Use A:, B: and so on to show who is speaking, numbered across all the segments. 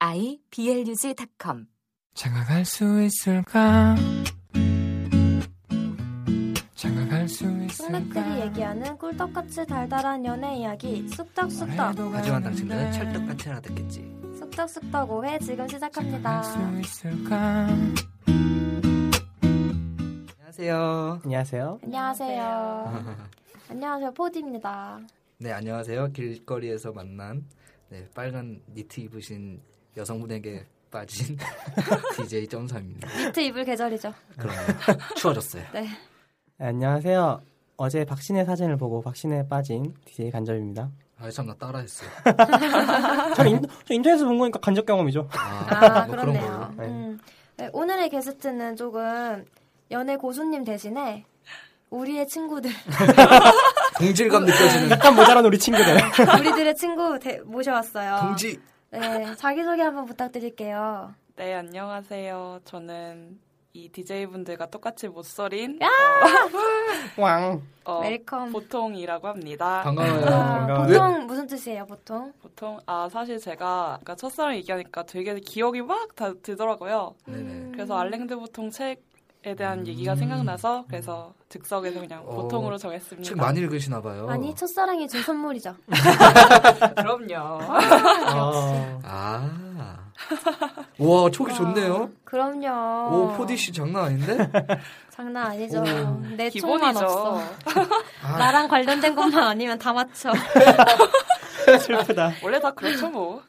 A: iblog.com
B: 장가갈 수 있을까? 장가갈 수
C: 쑥맥들이
B: 있을까?
C: 얘기하는 꿀떡같이 달달한 연애 이야기
B: 아,
C: 쑥떡쑥떡
D: 하지만
B: 네.
C: 네.
D: 당신들은 찰떡같이 하나 듣겠지.
C: 쑥떡쑥떡 5회 지금 시작합니다.
B: 장가갈 수 있을까?
D: 안녕하세요.
E: 안녕하세요.
C: 안녕하세요. 안녕하세요. 포디입니다.
D: 네, 안녕하세요. 길거리에서 만난 네, 빨간 니트 입으신 여성분에게 빠진 DJ 점사입니다.
C: 니트 입을 계절이죠.
D: 그럼 추워졌어요.
E: 네, 안녕하세요. 어제 박신혜 사진을 보고 박신혜에 빠진 DJ 간접입니다.
D: 아, 참나 따라했어. 요
E: 저, 인, 저 인터넷에서 본 거니까 간접 경험이죠.
C: 아,
D: 뭐 그런
C: 그렇네요.
D: 걸로.
E: 걸로.
C: 음. 네, 오늘의 게스트는 조금 연애 고수님 대신에 우리의 친구들,
D: 동질감 느껴지는
E: 약간 모자란 우리 친구들.
C: 우리들의 친구 대- 모셔왔어요.
D: 동지.
C: 네, 자기소개 한번 부탁드릴게요.
F: 네, 안녕하세요. 저는 이 DJ분들과 똑같이 못 서린
E: 왕.
F: 어,
C: 웰컴.
F: 보통이라고 합니다.
D: 반가워요.
C: 아,
E: 반가워요.
C: 보통 무슨 뜻이에요, 보통?
F: 보통, 아, 사실 제가 아까 첫사랑 얘기하니까 되게 기억이 막 다 들더라고요.
C: 음.
D: 네네.
F: 그래서 알랭드 보통 책에 대한
D: 음.
F: 얘기가 생각나서 그래서 즉석에서 그냥
D: 어,
F: 보통으로 정했습니다.
D: 책 많이 읽으시나 봐요.
C: 아니, 첫사랑이 준 선물이죠. 아,
F: 그럼요.
E: 어,
D: 아. 우와, 촉이 좋네요.
C: 그럼요.
D: 오, 포디 씨 장난 아닌데?
C: 장난 아니죠.
D: 오.
C: 내 총만
F: 기본이죠.
C: 네, 없어.
D: 아,
C: 나랑 관련된 것만 아니면 다 맞춰.
E: 슬프다.
F: 원래 다 그렇죠,
D: 어.
F: 뭐.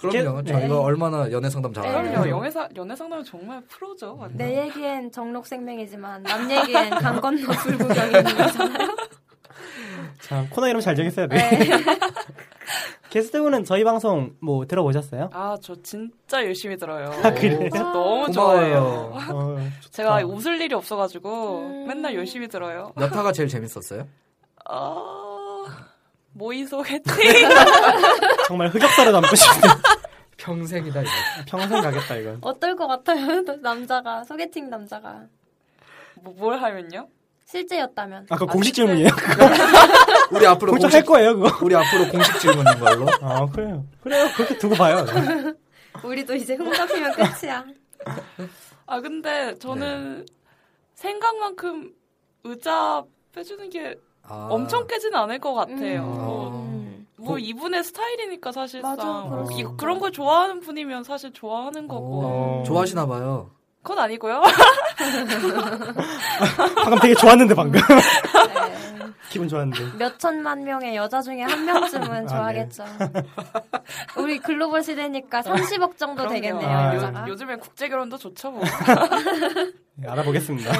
D: 그럼요.
E: 네.
D: 저희가 얼마나 연애 상담
F: 그럼요.
D: 잘하나요?
F: 영애사, 연애 상담은 정말 프로죠. 완전.
C: 내 얘기엔 정록 생명이지만 남 얘기엔 강 건너 불구경이 있는 거잖아요.
E: 참, 코너 이름 잘 정했어야 돼.
C: 네.
E: 게스트분은 저희 방송 뭐 들어보셨어요?
F: 아, 저 진짜 열심히 들어요.
D: 아, 그래요?
F: 너무 좋아해요.
D: 고마워요.
E: 어,
F: 제가
E: 좋다.
F: 웃을 일이 없어가지고
C: 음.
F: 맨날 열심히 들어요.
D: 몇화가 제일 재밌었어요?
F: 어... 모의 소개팅.
E: 정말 흑역사로 남고 싶네.
D: 평생이다 이거.
E: 평생 가겠다, 이건.
C: 어떨 것 같아요? 남자가 소개팅 남자가
F: 뭐, 뭘 하면요?
C: 실제였다면.
E: 아까 공식
F: 진짜요?
E: 질문이에요?
D: 우리 앞으로
E: 공식
D: 공식
E: 할 거예요, 그거?
D: 우리 앞으로 공식 질문인 걸로.
E: 아, 그래요. 그래요. 그렇게 두고 봐요.
C: 우리도 이제 흥잡히면 끝이야. 음.
F: 아 근데 저는 생각만큼 의자 빼주는 게
D: 아,
F: 엄청 깨진 않을 것 같아요.
C: 음.
F: 뭐,
C: 음.
F: 뭐 이분의 스타일이니까 사실상 뭐
C: 맞아,
E: 그럴 수
F: 이-
E: 있죠.
F: 그런 걸 좋아하는 분이면 사실 좋아하는
E: 어.
F: 거고
D: 오, 좋아하시나 봐요.
F: 그건 아니고요.
E: 방금 되게 좋았는데, 방금.
C: 네.
E: 기분 좋았는데.
C: 몇 천만 명의 여자 중에 한 명쯤은 좋아하겠죠. 우리 글로벌 시대니까 30억 정도
F: 아, 그럼요.
C: 되겠네요,
E: 아,
C: 여자가.
F: 요, 즘엔 국제 결혼도 좋죠 뭐.
E: 네, 알아보겠습니다.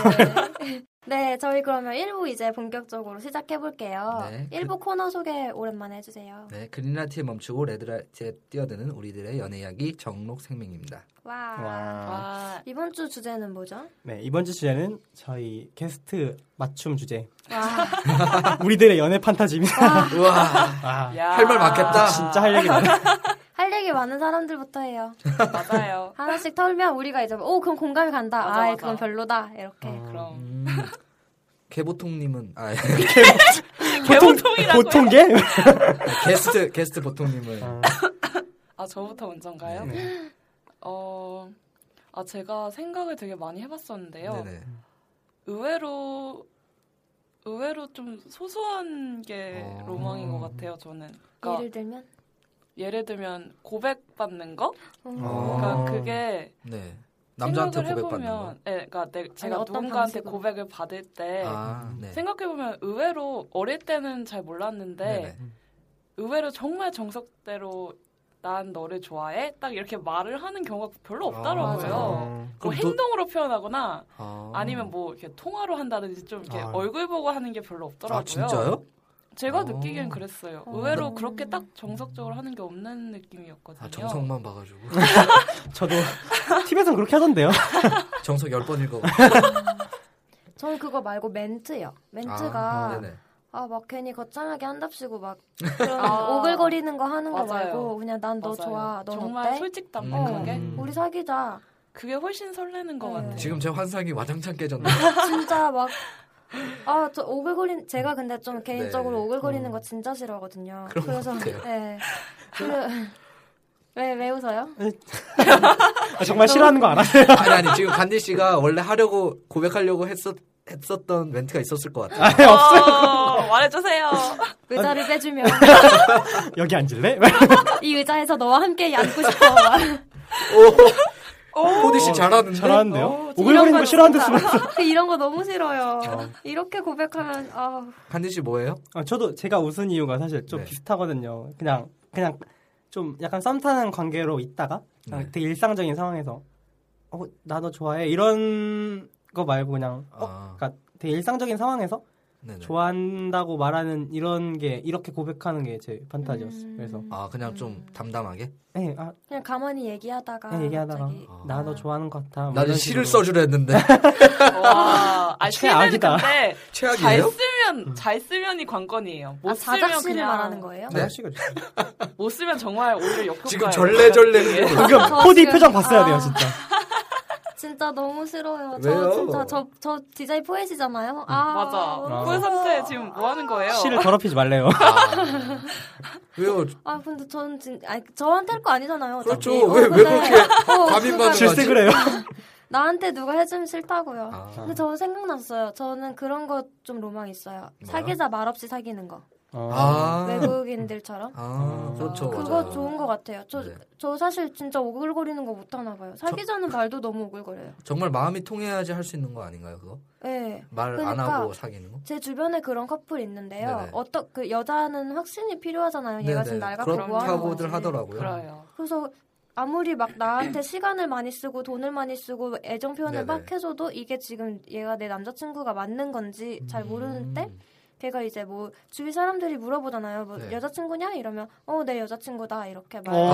C: 네. 네, 저희 그러면 1부 이제 본격적으로 시작해볼게요.
D: 네, 그-
C: 1부 코너 소개 오랜만에 해주세요.
D: 네, 그린라이트에 멈추고 레드라이트에 뛰어드는 우리들의 연애 이야기 정록 생명입니다.
C: 와.
E: 와.
F: 아,
C: 이번 주 주제는 뭐죠?
E: 네, 이번 주 주제는 저희 게스트 맞춤 주제.
F: 아.
C: 와.
E: 우리들의 연애 판타지입니다.
D: 우와,
E: 아,
F: 야.
D: 할말 많겠다.
E: 진짜 할 얘기 많아.
C: 할 얘기 많은 사람들부터 해요.
F: 맞아요.
C: 하나씩 털면 우리가 이제 오 그럼 공감이 간다.
F: 맞아, 어.
C: 아
F: 맞아.
C: 그건 별로다. 이렇게.
F: 그럼
D: 음, 개보통님은 아
F: 개보통이라고요?
E: 보통 게?
D: 게스트 게스트 보통님은
F: 아 저부터 먼저인가요?
E: 네.
F: 어, 아, 제가 생각을 되게 많이 해봤었는데요.
D: 네네.
F: 의외로, 의외로 좀 소소한 게
D: 어.
F: 로망인 것 같아요, 저는. 그러니까
C: 예를 들면
F: 예를 들면 고백받는 거?
E: 어.
F: 그러니까
E: 아.
F: 그게
D: 네. 남자한테
F: 생각을
D: 고백받는 거.
F: 해보면, 예, 그러니까 내, 제가
C: 어떤
F: 누군가한테
C: 방식으로?
F: 고백을 받을 때
D: 아, 네.
F: 생각해보면 의외로 어릴 때는 잘 몰랐는데
D: 네네.
F: 의외로 정말 정석대로 난 너를 좋아해? 딱 이렇게 말을 하는 경우가
D: 아,
F: 별로 없더라고요.
E: 어.
F: 뭐
D: 그럼 너-
F: 행동으로 표현하거나
D: 아.
F: 아니면 뭐 이렇게 통화로 한다든지 좀 이렇게
E: 아.
F: 얼굴 보고 하는 게 별로 없더라고요.
D: 아 진짜요?
F: 제가
D: 어.
F: 느끼기엔 그랬어요.
C: 어.
F: 의외로
C: 음.
F: 그렇게 딱 정석적으로 하는 게 없는 느낌이었거든요.
D: 아 정성만 봐가지고.
E: 저도 TV에서 그렇게 하던데요.
D: 정석 10번 읽어.
C: 저는 그거 말고 멘트요.
D: 아,
C: 멘트가
D: 네네.
C: 아 막 괜히 거창하게 한답시고 막 그런
F: 아.
C: 오글거리는 거 하는 거
F: 맞아요.
C: 말고 그냥 난 너
F: 맞아요.
C: 좋아, 넌
F: 정말
C: 어때?
F: 솔직담백하게
D: 음.
C: 우리 사귀자.
F: 그게 훨씬 설레는 것
C: 네.
F: 같아요.
D: 지금 제 환상이 와장창 깨졌네.
C: 진짜 막. 아, 저 오글거린, 제가 근데 좀 개인적으로
D: 네.
C: 오글거리는 거 진짜 싫어하거든요.
D: 그런 것
C: 그래서,
D: 같아요.
C: 네. 그래- 왜, 왜 웃어요?
E: 아, 정말 싫어하는 거 알아?
D: 아니 아니 지금 간디 씨가 원래 하려고 고백하려고 했었 했었던 멘트가 있었을 것 같아요.
F: 없어요. 말해주세요.
C: 의자를 빼주면,
E: 여기 앉을래?
F: 어.
C: 이 의자에서 너와 함께 앉고 싶어. 막.
D: 코디 씨 잘하는데.
E: 잘하는데요? 뭐
F: 어,
E: 오글거리는 거 싫어한다
C: 진짜.
E: 쓰면.
C: 이런 거 너무 싫어요. 이렇게 고백하면, 아,
D: 간디 씨 뭐예요?
E: 아, 저도 제가 웃은 이유가 사실 좀
D: 네.
E: 비슷하거든요. 그냥 그냥 좀 약간 썸 타는 관계로 있다가 그냥
D: 네.
E: 되게 일상적인 상황에서 어나 너 좋아해 이런 거 말고 그냥 어?
D: 아,
E: 그러니까 되게 일상적인 상황에서
D: 네네.
E: 좋아한다고 말하는 이런 게 이렇게 고백하는 게 제 판타지였어요.
C: 음.
E: 그래서
D: 아 그냥 좀 담담하게.
E: 네, 아,
C: 그냥 가만히 얘기하다가.
E: 그냥 얘기하다가
C: 갑자기,
E: 나 너 좋아하는 것 같아. 뭐
D: 나는
E: 이런
D: 시를
E: 식으로.
D: 써주려 했는데
F: 와, 아, 시는
E: 최악이다.
F: 근데 잘
D: 최악이에요? 음.
F: 쓰면 잘 쓰면이 관건이에요. 못
C: 아,
F: 쓰면
C: 자작시를
F: 그냥
C: 말하는 거예요?
D: 네.
E: 시가 좋죠.
F: 못 쓰면 정말 오히려 역효과.
D: 지금 절레절레 흘리고 있어요.
C: 저
E: 방금 코디
C: 아, 지금-
E: 그러니까 표정 봤어야
C: 아.
E: 돼요, 진짜.
C: 진짜 너무 싫어요.
D: 왜요?
C: 저 진짜 저, 저 디자인 포엣이잖아요. 아,
F: 맞아.
C: 너무
F: 꿀 상태
C: 싫어요.
F: 지금 뭐 하는 거예요?
E: 시를 더럽히지 말래요.
D: 아. 왜요?
C: 아 근데 저는 진, 아니, 저한테 할 거 아니잖아요. 어차피.
D: 그렇죠. 왜- 왜 그렇게
C: 어,
D: 과민반응을
C: 누가-
D: 하지?
E: 질색을 해요.
C: 나한테 누가 해주면 싫다고요.
D: 아,
C: 근데 저 생각났어요. 저는 그런 거 좀 로망 있어요.
D: 뭐요?
C: 사귀자 말 없이 사귀는 거.
E: 어.
D: 아,
C: 외국인들처럼.
D: 아 그렇죠.
C: 네. 그거
D: 맞아요.
C: 좋은 거 같아요. 저,
D: 네.
C: 저 사실 진짜 오글거리는 거 못하나 봐요. 사귀자는 말도 너무 오글거려요.
D: 정말 마음이 통해야지 할 수 있는 거 아닌가요? 그거
C: 예.
D: 말 안
C: 그러니까.
D: 하고 사귀는 거?
C: 제 주변에 그런 커플 있는데요.
D: 네네.
C: 어떤 그 여자는 확신이 필요하잖아요. 얘가 지금 날 갖고 뭐 하는 건지.
D: 그렇다고들 하더라고요.
F: 그래요.
C: 그래서 아무리 막 나한테 시간을 많이 쓰고 돈을 많이 쓰고 애정 표현을
D: 네네.
C: 막 해줘도 이게 지금 얘가 내 남자친구가 맞는 건지 잘 모르는데
D: 음.
C: 걔가 이제 뭐 주위 사람들이 물어보잖아요. 뭐
D: 네.
C: 여자친구냐 이러면 어 내 여자친구다 아, 이렇게 말.
E: 어.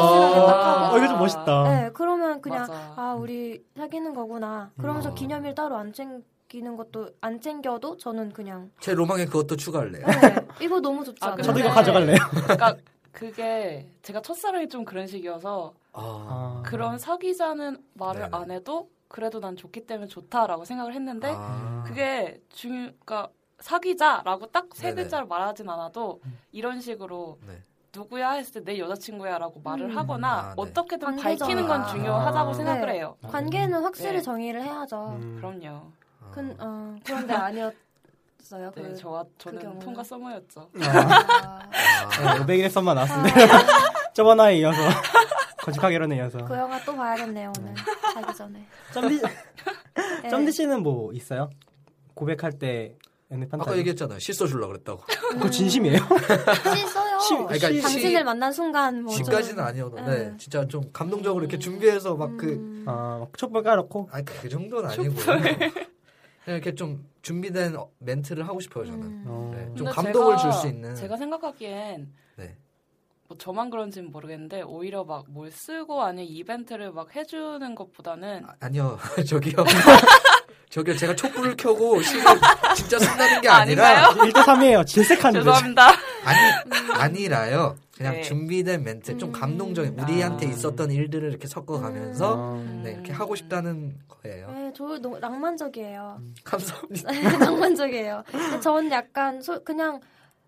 C: 확실하게 딱
E: 어,
C: 하고.
E: 이거 좀 멋있다.
C: 네 그러면 그냥
F: 맞아.
C: 아 우리 사귀는 거구나. 그러면서
D: 음.
C: 기념일 따로 안 챙기는 것도 안 챙겨도 저는 그냥
D: 제 로망에 그것도 추가할래요.
C: 네, 이거 너무 좋지
F: 아,
C: 않아요? 네.
E: 저도 이거
F: 근데-
E: 가져갈래요.
F: 그러니까 그게 제가 첫사랑이 좀 그런 식이어서
D: 아.
F: 그런 사귀자는 말을
D: 네네.
F: 안 해도 그래도 난 좋기 때문에 좋다라고 생각을 했는데
D: 아.
F: 그게 중요. 그러니까 사귀자라고 딱 세
D: 네네.
F: 글자를 말하진 않아도 이런 식으로
D: 네.
F: 누구야 했을 때 내 여자친구야라고 말을
C: 음.
F: 하거나
D: 아, 네.
F: 어떻게든
C: 관계죠.
F: 밝히는 건
D: 아. 네.
F: 중요하다고
E: 아.
F: 생각을
C: 네.
F: 해요.
C: 관계는 확실히
F: 네.
C: 정의를 해야죠.
D: 음.
F: 음. 그럼요.
D: 아.
C: 근, 어, 그런데 아니었어요.
F: 네,
C: 그,
F: 저와 저는
C: 경우는.
F: 통과 썸머였죠.
C: 아,
D: 아.
E: 500일의 네, 썸만 나왔습니다.
C: 아,
E: 저번 화에 이어서 거짓하게 이러네 이어서.
C: 그 영화 또 봐야겠네요 오늘 자기 전에.
E: 점디
C: 네.
E: 점디 씨는 뭐 있어요? 고백할 때 연애 판타지.
D: 아까 얘기했잖아요. 실써 주려고 그랬다고.
E: 그거 진심이에요?
C: 어. 시 써요.
E: 시- 그러니까
D: 시-
C: 당신을 만난 순간 뭐.
D: 집까지는
C: 좀-
D: 아니어도
C: 네.
D: 네. 진짜 좀 감동적으로 이렇게 준비해서 막 그
C: 음.
E: 아, 막 촛불 까놓고
D: 아니 그 정도는 아니고 그냥 이렇게 좀 준비된 어, 멘트를 하고 싶어요 저는.
C: 음.
E: 어.
D: 네, 좀
F: 근데
D: 감동을
F: 제가-
D: 줄 수 있는.
F: 제가 생각하기엔
D: 네.
F: 뭐 저만 그런지는 모르겠는데 오히려 막 뭘 쓰고 아니면 이벤트를 막 해주는 것보다는
D: 아, 아니요 저기요. 저기요 제가 촛불을 켜고 시를 진짜 쓴다는 게 아니라
F: 아닌가요?
E: 1대 3이에요.
D: 네.
E: 질색하는데.
F: 죄송합니다.
D: 아니 아니라요. 그냥
F: 네.
D: 준비된 멘트 좀
C: 음.
D: 감동적인 우리한테
E: 아.
D: 있었던 일들을 이렇게 섞어가면서
F: 음.
E: 어.
D: 네, 이렇게 하고 싶다는 거예요.
C: 네, 저 너무 낭만적이에요.
D: 음. 감사합니다.
C: 낭만적이에요. 근데 전 약간 소, 그냥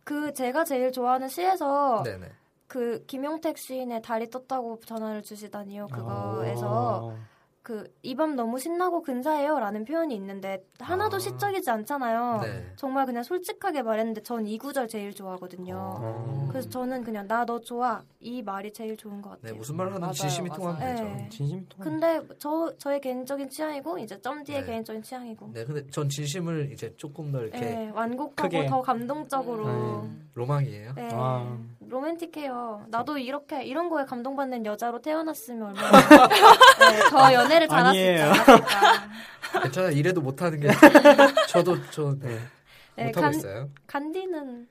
C: 그 제가 제일 좋아하는 시에서
D: 네네.
C: 그 김용택 시인의 달이 떴다고 전화를 주시다니요
D: 아.
C: 그거에서 그 이 밤 너무 신나고 근사해요라는 표현이 있는데 하나도
D: 아.
C: 시적이지 않잖아요.
D: 네.
C: 정말 그냥 솔직하게 말했는데 전 이 구절 제일 좋아하거든요.
E: 어.
C: 그래서 저는 그냥 나 너 좋아 이 말이 제일 좋은 것
D: 네
C: 같아요.
D: 무슨 말 하는
F: 맞아요,
D: 지 진심이
F: 맞아요.
D: 통하면 되죠.
C: 네.
E: 진심이 통.
C: 근데 저 저의 개인적인 취향이고 이제 점디의
D: 네.
C: 개인적인 취향이고
D: 네, 근데 전 진심을 이제 조금 더 이렇게
C: 네, 완곡하고
E: 크게.
C: 더 감동적으로
E: 음.
D: 로망이에요.
C: 네,
E: 아.
C: 로맨틱해요. 나도 이렇게 이런 거에 감동받는 여자로 태어났으면 얼마나 네, 더 연애를 잘했을까.
E: 아니에요.
C: 않았을까.
D: 괜찮아 이래도 못하는 게 저도 저
E: 네.
C: 네,
D: 못하고
C: 간,
D: 있어요.
C: 간디는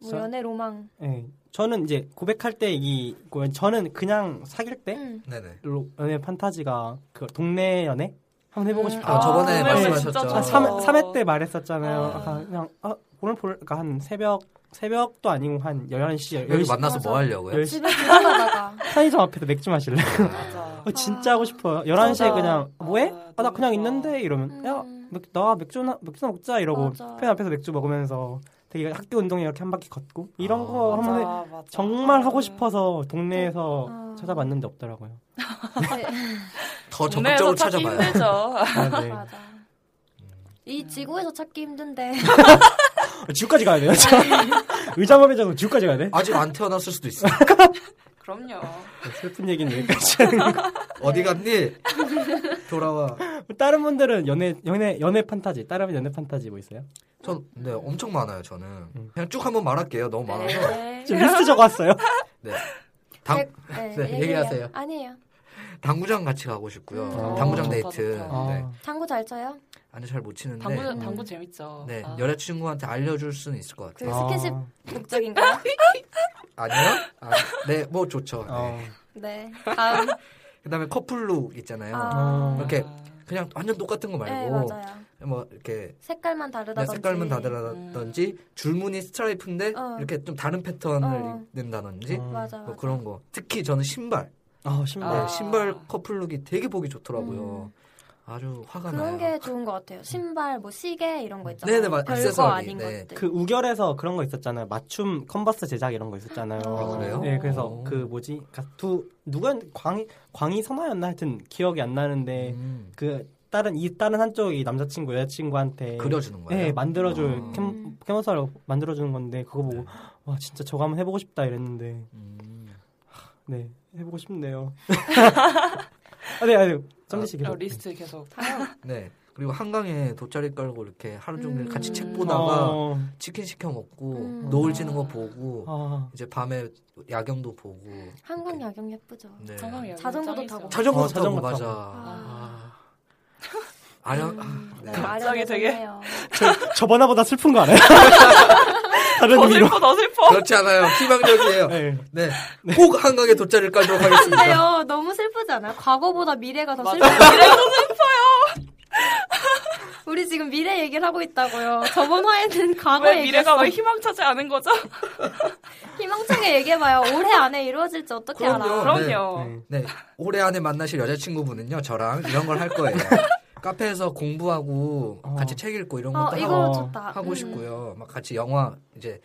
C: 뭐 연애 로망.
E: 예. 저는 이제 고백할 때 이 저는 그냥 사귈 때
C: 음.
D: 네네.
E: 로- 연애 판타지가 그 동네 연애 한번 해보고
F: 음,
E: 싶어요.
D: 아, 저번에
F: 아,
D: 말씀하셨죠.
F: 진짜
E: 아, 삼
F: 좋다.
E: 3회 때 말했었잖아요.
D: 아.
E: 아까 그냥 아, 오늘 볼, 그러니까 한 새벽 새벽도 아니고 한 11시,
D: 여기
E: 10시,
D: 만나서 뭐 하려고요?
E: 10시
C: 집에 들어가다가
E: 편의점 앞에서 맥주 마실래?
F: 맞아.
E: 어, 진짜 하고 싶어요. 11시에
F: 맞아.
E: 그냥 뭐해?
F: 아,
E: 아, 나
F: 너무
E: 그냥
F: 좋아.
E: 있는데 이러면 야,
C: 음.
E: 맥, 나 맥주나 맥주나 먹자 이러고
C: 맞아.
E: 편 앞에서 맥주 먹으면서 되게 학교 운동회 이렇게 한 바퀴 걷고 이런
D: 아.
E: 거
F: 맞아,
E: 한번 해-
F: 맞아.
E: 정말 하고 싶어서 동네에서
C: 아.
E: 찾아봤는데 없더라고요.
C: 네,
D: 더
F: 동네에서
D: 어, 적극적으로
F: 찾기
D: 찾아봐요.
F: 힘들죠.
E: 아, 네.
C: 맞아.
D: 음.
C: 이 지구에서 찾기 힘든데 네,
E: 지구까지 가야 돼요. 저 의자만 해자도 지구까지 가야 돼.
D: 아직 안 태어났을 수도 있어.
C: 네.
F: 그럼요.
E: 슬픈 얘기는 여기까지.
D: 어디 갔니? 돌아와.
E: 다른 분들은 연애 연애 연애 판타지, 다른 분 연애 판타지 뭐 있어요?
D: 전, 네, 엄청 많아요, 저는.
E: 음.
D: 그냥 쭉 한번 말할게요. 너무 많아서. 네.
F: 네.
E: 지금 리스트 적어왔어요.
D: 당,
C: 네,
D: 네,
C: 얘기해요.
D: 얘기하세요.
C: 아니에요.
D: 당구장 같이 가고 싶고요.
C: 음.
D: 당구장
F: 어,
D: 데이트.
F: 좋다, 좋다.
D: 네.
E: 아,
C: 당구 잘 쳐요?
D: 아니, 잘 못 치는데.
F: 당구
E: 음.
F: 당구 재밌죠.
D: 네,
F: 아.
D: 여자친구한테 알려줄 수는 있을 것 같아요.
C: 그 스킨십
E: 아,
C: 목적인가요?
D: 아니요? 아, 네, 뭐 좋죠. 네.
E: 어.
C: 네. 다음.
D: 그 다음에 커플룩 있잖아요.
C: 아.
D: 이렇게 그냥 완전 똑같은 거
C: 네,
D: 말고
C: 맞아요.
D: 뭐 이렇게
C: 색깔만
D: 그냥
C: 다르다든지. 음.
D: 색깔만 다르다든지 줄무늬 스트라이프인데
C: 어.
D: 이렇게 좀 다른 패턴을
C: 어.
D: 입는다든지
E: 어.
C: 맞아, 맞아.
D: 뭐 그런 거 특히 저는 신발
E: 아, 신발.
F: 아.
D: 네, 신발 커플룩이 되게 보기 좋더라고요
C: 음.
D: 아주 화가
C: 그런
D: 나요
C: 게 좋은 것 같아요. 신발, 뭐 시계 이런 거 있잖아요.
D: 네네, 맞-
C: 별거
D: 액세서리,
C: 아닌
D: 네.
C: 것들.
E: 그 우결에서 그런 거 있었잖아요. 맞춤 컨버스 제작 이런 거 있었잖아요.
C: 아,
D: 그래요?
E: 네, 그래서
D: 오.
E: 그 뭐지? 그러니까 두 누가 광희 광희 선화였나 하여튼 기억이 안 나는데
D: 음,
E: 그 다른 이 다른 한쪽 이 남자친구 여자친구한테
D: 그려주는 거예요
E: 네, 만들어줄
D: 아.
E: 캠, 캐머사를 만들어주는 건데 그거 보고
D: 네.
E: 와 진짜 저거 한번 해보고 싶다 이랬는데
D: 음.
E: 네 해보고 싶네요. 아네 아네 점지 씨 계속.
F: 어, 리스트 계속.
D: 네 그리고 한강에 돗자리 깔고 이렇게 하루 종일
C: 음.
D: 같이 책
F: 음.
D: 보다가
E: 어,
D: 치킨 시켜 먹고
C: 음.
D: 노을 지는 거 보고
E: 아,
D: 이제 밤에 야경도 보고
C: 한국 야경 예쁘죠.
D: 네.
F: 상황이 여기
C: 자전거도
F: 짱이죠.
C: 타고.
D: 자전거
E: 어,
D: 타고
E: 자전거
D: 맞아.
E: 타고.
D: 아. 아령
E: 음.
D: 아, 네.
F: 갑자기 되게-
C: 아련해졌네요.
E: 저 저번화보다 슬픈 거 알아요? 다른
F: 더
E: 의미로.
F: 슬퍼 더 슬퍼.
D: 그렇지 않아요. 희망적이에요.
E: 네.
D: 네. 꼭 한강에 돗자리를 깔도록 하겠습니다.
C: 근데요, 너무 슬프지 않아요? 과거보다 미래가 더
F: 맞아.
C: 슬퍼요. 미래가 더 슬퍼요. 우리 지금 미래 얘기를 하고 있다고요. 저번 화에는 과거
F: 왜 미래가
C: 얘기했어.
F: 왜 희망차지 않은 거죠?
C: 희망차게 얘기해봐요. 올해 안에 이루어질지 어떻게
D: 그럼요.
C: 알아?
F: 그럼요.
E: 네.
D: 네. 올해 안에 만나실 여자친구분은요, 저랑 이런 걸 할 거예요. 카페에서 공부하고
E: 어.
D: 같이 책 읽고 이런 것도
C: 어,
D: 하고,
C: 이거 좋다.
D: 하고
C: 음.
D: 싶고요. 막 같이 영화 이제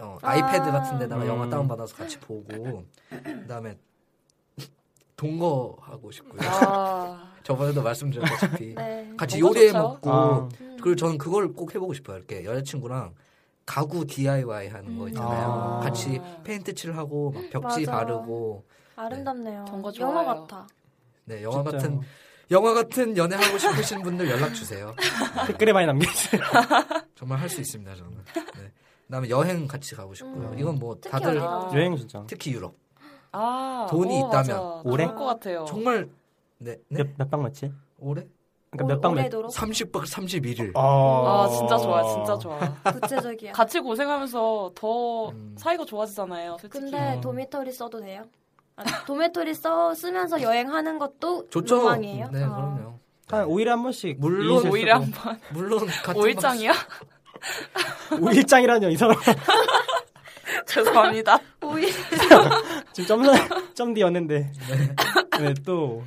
D: 어,
C: 아.
D: 아이패드 같은 데다가
E: 음.
D: 영화 다운 받아서 같이 보고 그다음에 동거 하고 싶고요.
F: 아,
D: 저번에도 말씀드렸다시피
C: 네.
D: 같이
F: 동거
D: 요리해
F: 좋죠.
D: 먹고
E: 아.
C: 음.
D: 그리고 저는 그걸 꼭 해보고 싶어요. 이렇게 여자친구랑 가구 DIY 하는 거
C: 음.
D: 있잖아요.
E: 아.
D: 같이 페인트 칠하고 막 벽지
C: 맞아.
D: 바르고
C: 아름답네요.
F: 동거 좋아요.
C: 영화 같아.
D: 네 영화
E: 진짜
D: 같은 영화 같은 연애 하고 싶으신 분들 연락 주세요.
E: 그 댓글에 많이 남겨주세요.
D: 정말 할 수 있습니다 저는. 네. 그다음에 여행 같이 가고 싶고요.
E: 음.
D: 이건 뭐
C: 특히
D: 다들
C: 어디 가고
E: 여행 진짜.
D: 특히 유럽
F: 아,
D: 돈이
F: 어,
D: 있다면
F: 맞아.
E: 올해?
F: 좋을 것 같아요.
D: 정말 네, 네?
E: 몇몇박 며칠?
D: 올해
E: 그러니까 몇박 며칠?
C: 올해도록
D: 30박 31일.
E: 어.
F: 아, 진짜 좋아, 진짜 좋아.
C: 구체적이야.
F: 같이 고생하면서 더
D: 음.
F: 사이가 좋아지잖아요. 솔직히.
C: 근데
E: 음.
C: 도미토리 써도 돼요? 아, 도미토리 써 쓰면서 여행하는 것도
D: 좋죠.
C: 로망이에요?
D: 네
C: 어.
D: 그럼요.
E: 한 5일에 한 번씩
D: 물론
E: 이인실
F: 오히려
E: 쓰고.
F: 한번
D: 물론 같은
F: 오일장이야?
E: 오일장이라뇨 이 사람
F: 죄송합니다.
C: 오이
E: 지금 점점 점디였는데
D: 네.
E: 네또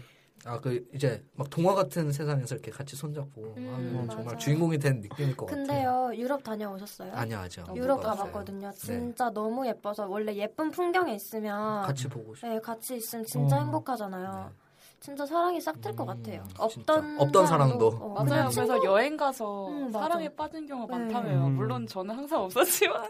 D: 아 그 이제 막 동화 같은 세상에서 이렇게 같이 손잡고
C: 음,
D: 하면 정말
C: 맞아.
D: 주인공이 된 느낌일 것 같아요.
C: 근데요 유럽 다녀오셨어요?
D: 아니요 아니요. 못
C: 유럽
D: 가봤어요. 네.
C: 가봤거든요. 진짜 너무 예뻐서 원래 예쁜 풍경에 있으면
D: 같이 보고 싶어요. 네.
C: 네, 같이 있으면 진짜
E: 어.
C: 행복하잖아요. 진짜 사랑이 싹 틀 것
D: 음,
C: 같아요.
D: 진짜.
C: 없던
D: 없던 사랑도.
C: 어,
F: 맞아요.
C: 그냥
F: 그래서 여행 가서
C: 음, 맞아.
F: 사랑에 빠진 경우가
C: 네.
F: 많다며요.
E: 음.
F: 물론 저는 항상 없었지만.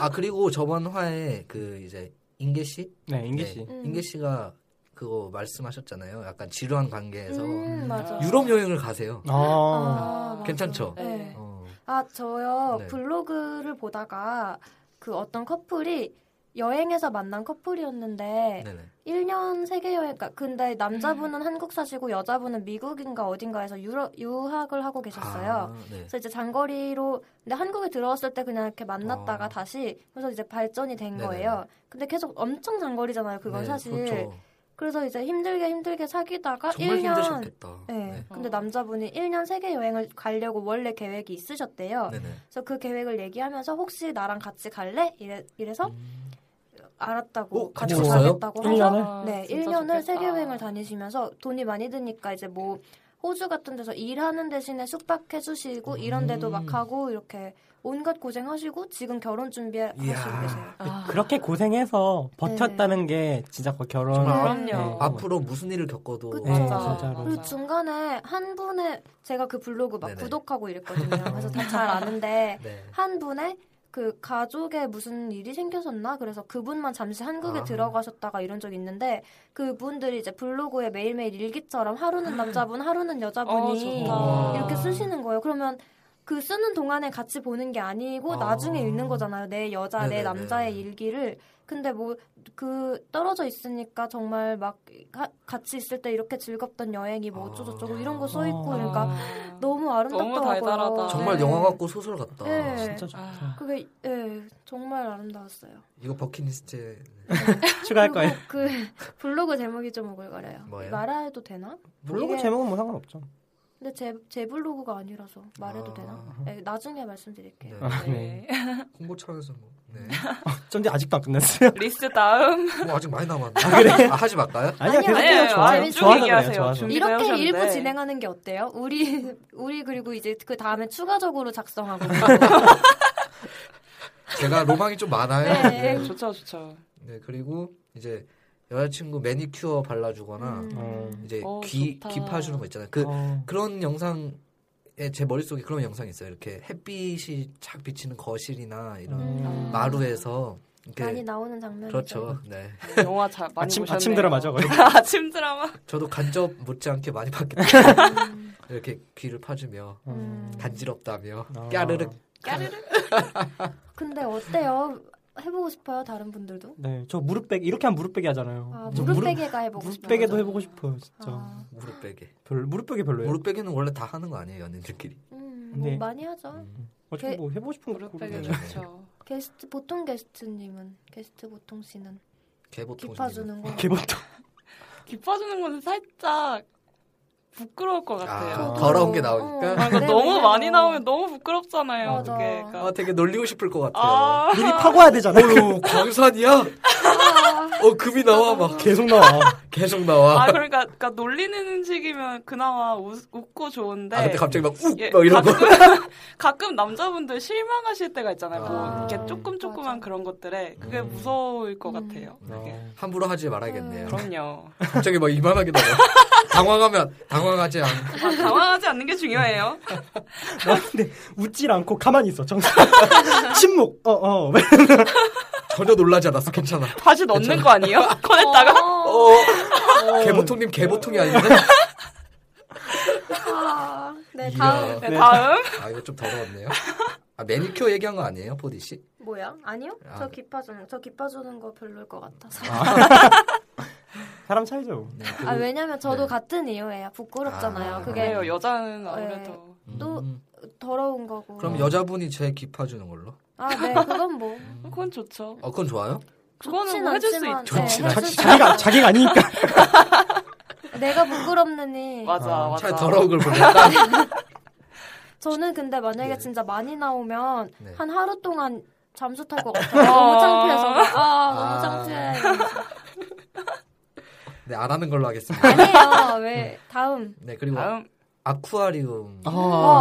D: 아 그리고 저번 화에 그 이제 인계 씨,
E: 네, 인기 씨.
D: 네,
C: 음.
D: 인계 씨가 그거 말씀하셨잖아요. 약간 지루한 관계에서
C: 음, 맞아.
D: 유럽 여행을 가세요.
E: 아,
C: 아, 맞아.
D: 괜찮죠?
C: 네.
D: 어.
C: 아 저요
D: 네.
C: 블로그를 보다가 그 어떤 커플이 여행에서 만난 커플이었는데
D: 네네.
C: 1년 세계 여행 가 근데 남자분은 한국 사시고 여자분은 미국인가 어딘가에서 유러, 유학을 하고 계셨어요.
D: 아, 네.
C: 그래서 이제 장거리로 근데 한국에 들어왔을 때 그냥 이렇게 만났다가
D: 어.
C: 다시 그래서 이제 발전이 된
D: 네네.
C: 거예요. 근데 계속 엄청 장거리잖아요. 그건
D: 네,
C: 사실.
D: 그렇죠.
C: 그래서 이제 힘들게 힘들게 사귀다가
D: 정말
C: 1년
D: 힘드셨겠다.
C: 네.
D: 네.
C: 근데
F: 어.
C: 남자분이 1년 세계 여행을 가려고 원래 계획이 있으셨대요.
D: 네네.
C: 그래서 그 계획을 얘기하면서 혹시 나랑 같이 갈래? 이래, 이래서 알았다고
D: 오, 같이
C: 같이
D: 음. 갔어요?
C: 가겠다고
E: 일
C: 해서
E: 년을?
F: 아,
C: 네,
F: 진짜
C: 1년을
F: 좋겠다.
C: 세계 여행을 다니시면서 돈이 많이 드니까 이제 뭐 호주 같은 데서 일하는 대신에 숙박해 주시고 이런 데도 막
D: 음.
C: 하고 이렇게 온갖 고생하시고 지금 결혼 준비하시고
D: 이야.
C: 계세요.
F: 아, 네.
E: 그렇게 고생해서 버텼다는 게 진짜 그 결혼
D: 정말
F: 그럼요.
E: 네,
F: 어.
D: 앞으로 무슨 일을 겪어도
C: 그쵸.
E: 네,
C: 맞아.
E: 진짜로.
C: 그리고 중간에 한 분의 제가 그 블로그 막
D: 네네.
C: 구독하고 이랬거든요. 그래서 다 잘 아는데
D: 네.
C: 한 분의 그 가족에 무슨 일이 생겼었나 그래서 그분만 잠시 한국에
D: 아.
C: 들어가셨다가 이런 적이 있는데 그분들이 이제 블로그에 매일매일 일기처럼 하루는 남자분 하루는 여자분이
F: 어,
D: 좋다.
C: 이렇게 쓰시는 거예요 그러면 그 쓰는 동안에 같이 보는 게 아니고
D: 아.
C: 나중에 읽는 거잖아요 내 여자 내
D: 네네네.
C: 남자의 일기를 근데 뭐 그 떨어져 있으니까 정말 막 가- 같이 있을 때 이렇게 즐겁던 여행이 뭐 어쩌고저쩌고 이런 거 써 있고
E: 아.
C: 그러니까 너무 아름답더라고요
F: 달달하다.
D: 정말
C: 네.
D: 영화 같고 소설 같다.
C: 네.
E: 진짜
F: 아.
E: 좋다.
C: 그게 예 정말 아름다웠어요.
D: 이거 버킷리스트에
E: 추가할
C: 그리고
E: 거예요.
C: 그 블로그 제목이 좀 오글거려요.
D: 뭐예요?
C: 말해도 되나?
E: 블로그
C: 이게-
E: 제목은 뭐 상관없죠.
D: 네.
C: 근데 제, 제 블로그가 아니라서 말해도
D: 아.
C: 되나? 예, 나중에 말씀드릴게요.
D: 네.
E: 아,
F: 네.
D: 홍보 차원에서 뭐. 네.
E: 쩐지 아직도 안 끝났어요.
F: 리스 다음
D: 뭐 아직 많이 남았네. 아, 그래? 하지 말까요?
E: 아니야, 계속
C: 아니에요.
E: 해요. 좋아요.
C: 아니, 쭉
E: 좋아서
F: 얘기하세요.
E: 그래요. 좋아서.
F: 준비-
C: 이렇게
F: 준비가
C: 일부
F: 해오셨는데.
C: 진행하는 게 어때요? 우리 우리 그리고 이제 그 다음에 추가적으로 작성하고
D: 제가 로망이 좀 많아요.
C: 네.
F: 네, 좋죠 좋죠.
D: 네, 그리고 이제 여자친구 매니큐어 발라주거나
C: 음.
D: 이제
F: 어,
D: 귀
F: 좋다.
D: 귀 파주는 거 있잖아요.
F: 음.
D: 그
E: 어.
D: 그런 영상에 제 머릿속에 그런 영상이 있어요. 이렇게 햇빛이 착 비치는 거실이나 이런
C: 음.
D: 마루에서 아, 이렇게
C: 많이 나오는 장면이죠.
D: 그렇죠. 네.
F: 영화 잘 많이
E: 아침
F: 보셨네요.
E: 아침 드라마죠. 거의.
F: 아침 드라마.
D: 저도 간접 못지않게 많이 봤기 때문에 이렇게 귀를 파주며
C: 음.
D: 간지럽다며
E: 아.
D: 까르륵
F: 까르르.
C: 근데 어때요? 해보고 싶어요, 다른 분들도?
E: 네, 저 무릎베개 이렇게 하면 음. 무릎베개 하잖아요.
C: 아,
E: 저
C: 무릎 베개가 해보고 싶어요.
E: 무릎베개도 해보고 싶어요, 진짜.
C: 아.
D: 무릎 베개.
E: 별로 무릎베개 별로예요.
D: 무릎 베개는 원래 다 하는 거 아니에요, 연인들끼리.
C: 음, 뭐
E: 네.
C: 많이 하죠.
D: 음.
E: 어차피
C: 개-
E: 뭐 해보고 싶은 거
F: 무릎베개
E: 고르는
D: 네.
F: 좋죠.
C: 게스트 보통 게스트님은 게스트 보통 씨는
D: 개보통
C: 깊어주는
E: 네.
C: 거.
E: 개보통.
F: 기뻐주는 건 살짝 부끄러울 것 같아요.
D: 아,
C: 저도.
D: 더러운 게 나오니까.
C: 어,
F: 아, 그러니까
C: 네,
F: 너무
C: 맞아요.
F: 많이 나오면 너무 부끄럽잖아요.
C: 맞아.
F: 그게.
D: 아,
F: 그러니까.
D: 되게 놀리고 싶을 것 같아요.
F: 아,
E: 미리 파고야 되잖아.
D: 어유 광산이야?
C: 아.
D: 어 금이 나와 막
E: 계속 나와.
D: 계속 나와.
F: 아, 그러니까, 그러니까 놀리는 음식이면 그나마 우, 웃고 좋은데.
D: 아 근데 갑자기 막욱막
F: 예,
D: 이러고.
F: 가끔, 가끔 남자분들 실망하실 때가 있잖아요. 뭐
D: 아.
F: 이렇게 조금 조그만
C: 맞아.
F: 그런 것들에 그게
D: 음.
F: 무서울 것
C: 음.
F: 같아요. 그게.
D: 어, 함부로 하지 말아야겠네요.
F: 그럼요.
D: 갑자기 막 이만하게 나와. 당황하면 당황하지 않고.
F: 아, 당황하지 않는 게 중요해요.
E: 나 아, 근데 웃질 않고 가만히 있어. 정신. 침묵. 어 어.
D: 전혀 놀라지 않았어. 괜찮아.
F: 다시 넣는 거 아니에요? 꺼냈다가
C: 어.
D: 어 개보통님 개보통이 아닌데.
C: 아, 네,
D: 이야.
C: 다음.
F: 네, 다음
D: 아 이거 좀 더러웠네요. 아 매니큐어 얘기한 거 아니에요, 보디 씨?
C: 뭐야? 아니요?
D: 아.
C: 저 기빠주는, 저 기빠주는 거 별로일 것 같아서.
E: 사람 차이죠.
D: 네,
C: 아, 왜냐면 저도
D: 네. 같은
C: 같은 이유예요. 부끄럽잖아요.
D: 아,
C: 그게
F: 그래요. 여자는
C: 네.
F: 아무래도
C: 또- 어. 더러운 거고.
D: 음. 그럼 여자분이 제 기파주는 걸로.
C: 아, 네, 그건 뭐.
F: 그건 좋죠.
D: 어 그건 좋아요.
F: 그거는
C: 좋진
F: 뭐 해줄 수
C: 않지만,
F: 있죠.
C: 네, 해줄
E: 자기,
C: 수
E: 자기가
C: 있죠.
E: 자기가 아니니까.
C: 내가 부끄럽느니.
F: 맞아,
E: 아,
F: 맞아.
D: 차라리 더러운 걸 보니까.
C: 저는 근데 만약에
D: 네.
C: 진짜 많이 나오면
D: 네.
C: 한 하루 동안 잠수 탈 것 같아요. 너무 창피해서.
D: 아.
C: 아, 너무 창피해.
D: 네 안 하는 걸로 하겠습니다.
C: 아니에요. 왜? 다음.
D: 네 그리고
F: 다음
D: 아쿠아리움.
C: 아,
F: 어, 아.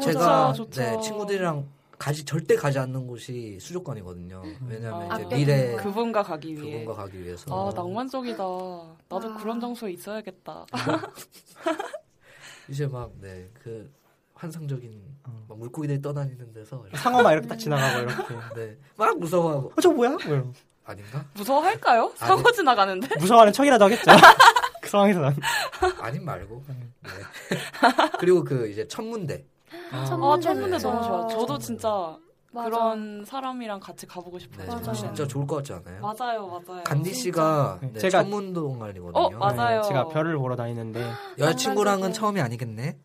D: 그러니까
C: 좋죠,
D: 제가
F: 좋죠.
D: 네, 친구들이랑 가지 절대 가지 않는 곳이 수족관이거든요. 왜냐하면 이제
F: 아,
C: 아껴두는
D: 미래
C: 거야.
F: 그분과 가기 위해.
D: 그분과 가기 위해서.
F: 아 낭만적이다. 나도
C: 아.
F: 그런 장소에 있어야겠다.
D: 이제 막네그 환상적인
F: 어.
D: 막 물고기들이 떠다니는 데서 이렇게
E: 상어 막 이렇게 딱 지나가고 이렇게.
D: 네, 막 무서워하고
E: 어, 저 뭐야? 뭐 이러고.
D: 아닌가?
F: 무서워할까요?
D: 아,
F: 사고
D: 네.
F: 지나가는데?
E: 무서워하는 척이라도 하겠죠. 그 상황에서 난.
D: 아닌 말고.
F: 음.
D: 네. 그리고 그 이제 천문대.
C: 첫
F: 아
C: 문제는
F: 천문대
D: 네.
F: 너무 좋아. 저도 진짜
C: 맞아.
F: 그런 사람이랑 같이 가보고
D: 네,
F: 싶어요.
C: 맞아요.
D: 진짜 좋을 것 같지 않아요?
F: 맞아요, 맞아요.
D: 간디 씨가
E: 진짜.
D: 네,
E: 제가-
D: 천문동아리거든요. 네.
F: 어, 맞아. 맞아요.
E: 제가 별을 보러 다니는데
D: 여자친구랑은
C: 만나게.
D: 처음이 아니겠네.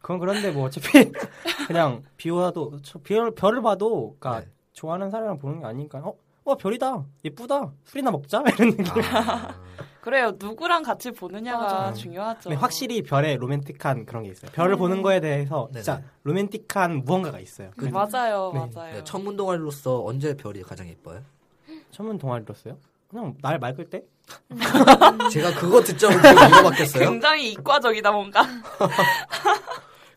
E: 그건 그런데 뭐 어차피 그냥 비와도 저 별, 별을 봐도 그러니까
D: 네.
E: 좋아하는 사람이랑 보는 게 아니니까 어? 와 별이다 예쁘다 술이나 먹자 이런 느낌
D: 아,
F: 그래요. 누구랑 같이 보느냐가
C: 맞아.
F: 중요하죠.
D: 네,
E: 근데 확실히 별의 로맨틱한 그런 게 있어요 별을
C: 음.
E: 보는 거에 대해서
D: 네네.
E: 진짜 로맨틱한 무언가가 있어요
D: 그-
F: 맞아요,
E: 네.
F: 맞아요.
D: 네, 천문동아리로서 언제 별이 가장 예뻐요?
E: 천문 동아리로서요? 그냥 날 맑을 때?
D: 제가 그거 듣자고 이거 바뀌었어요?
F: 굉장히 이과적이다 뭔가.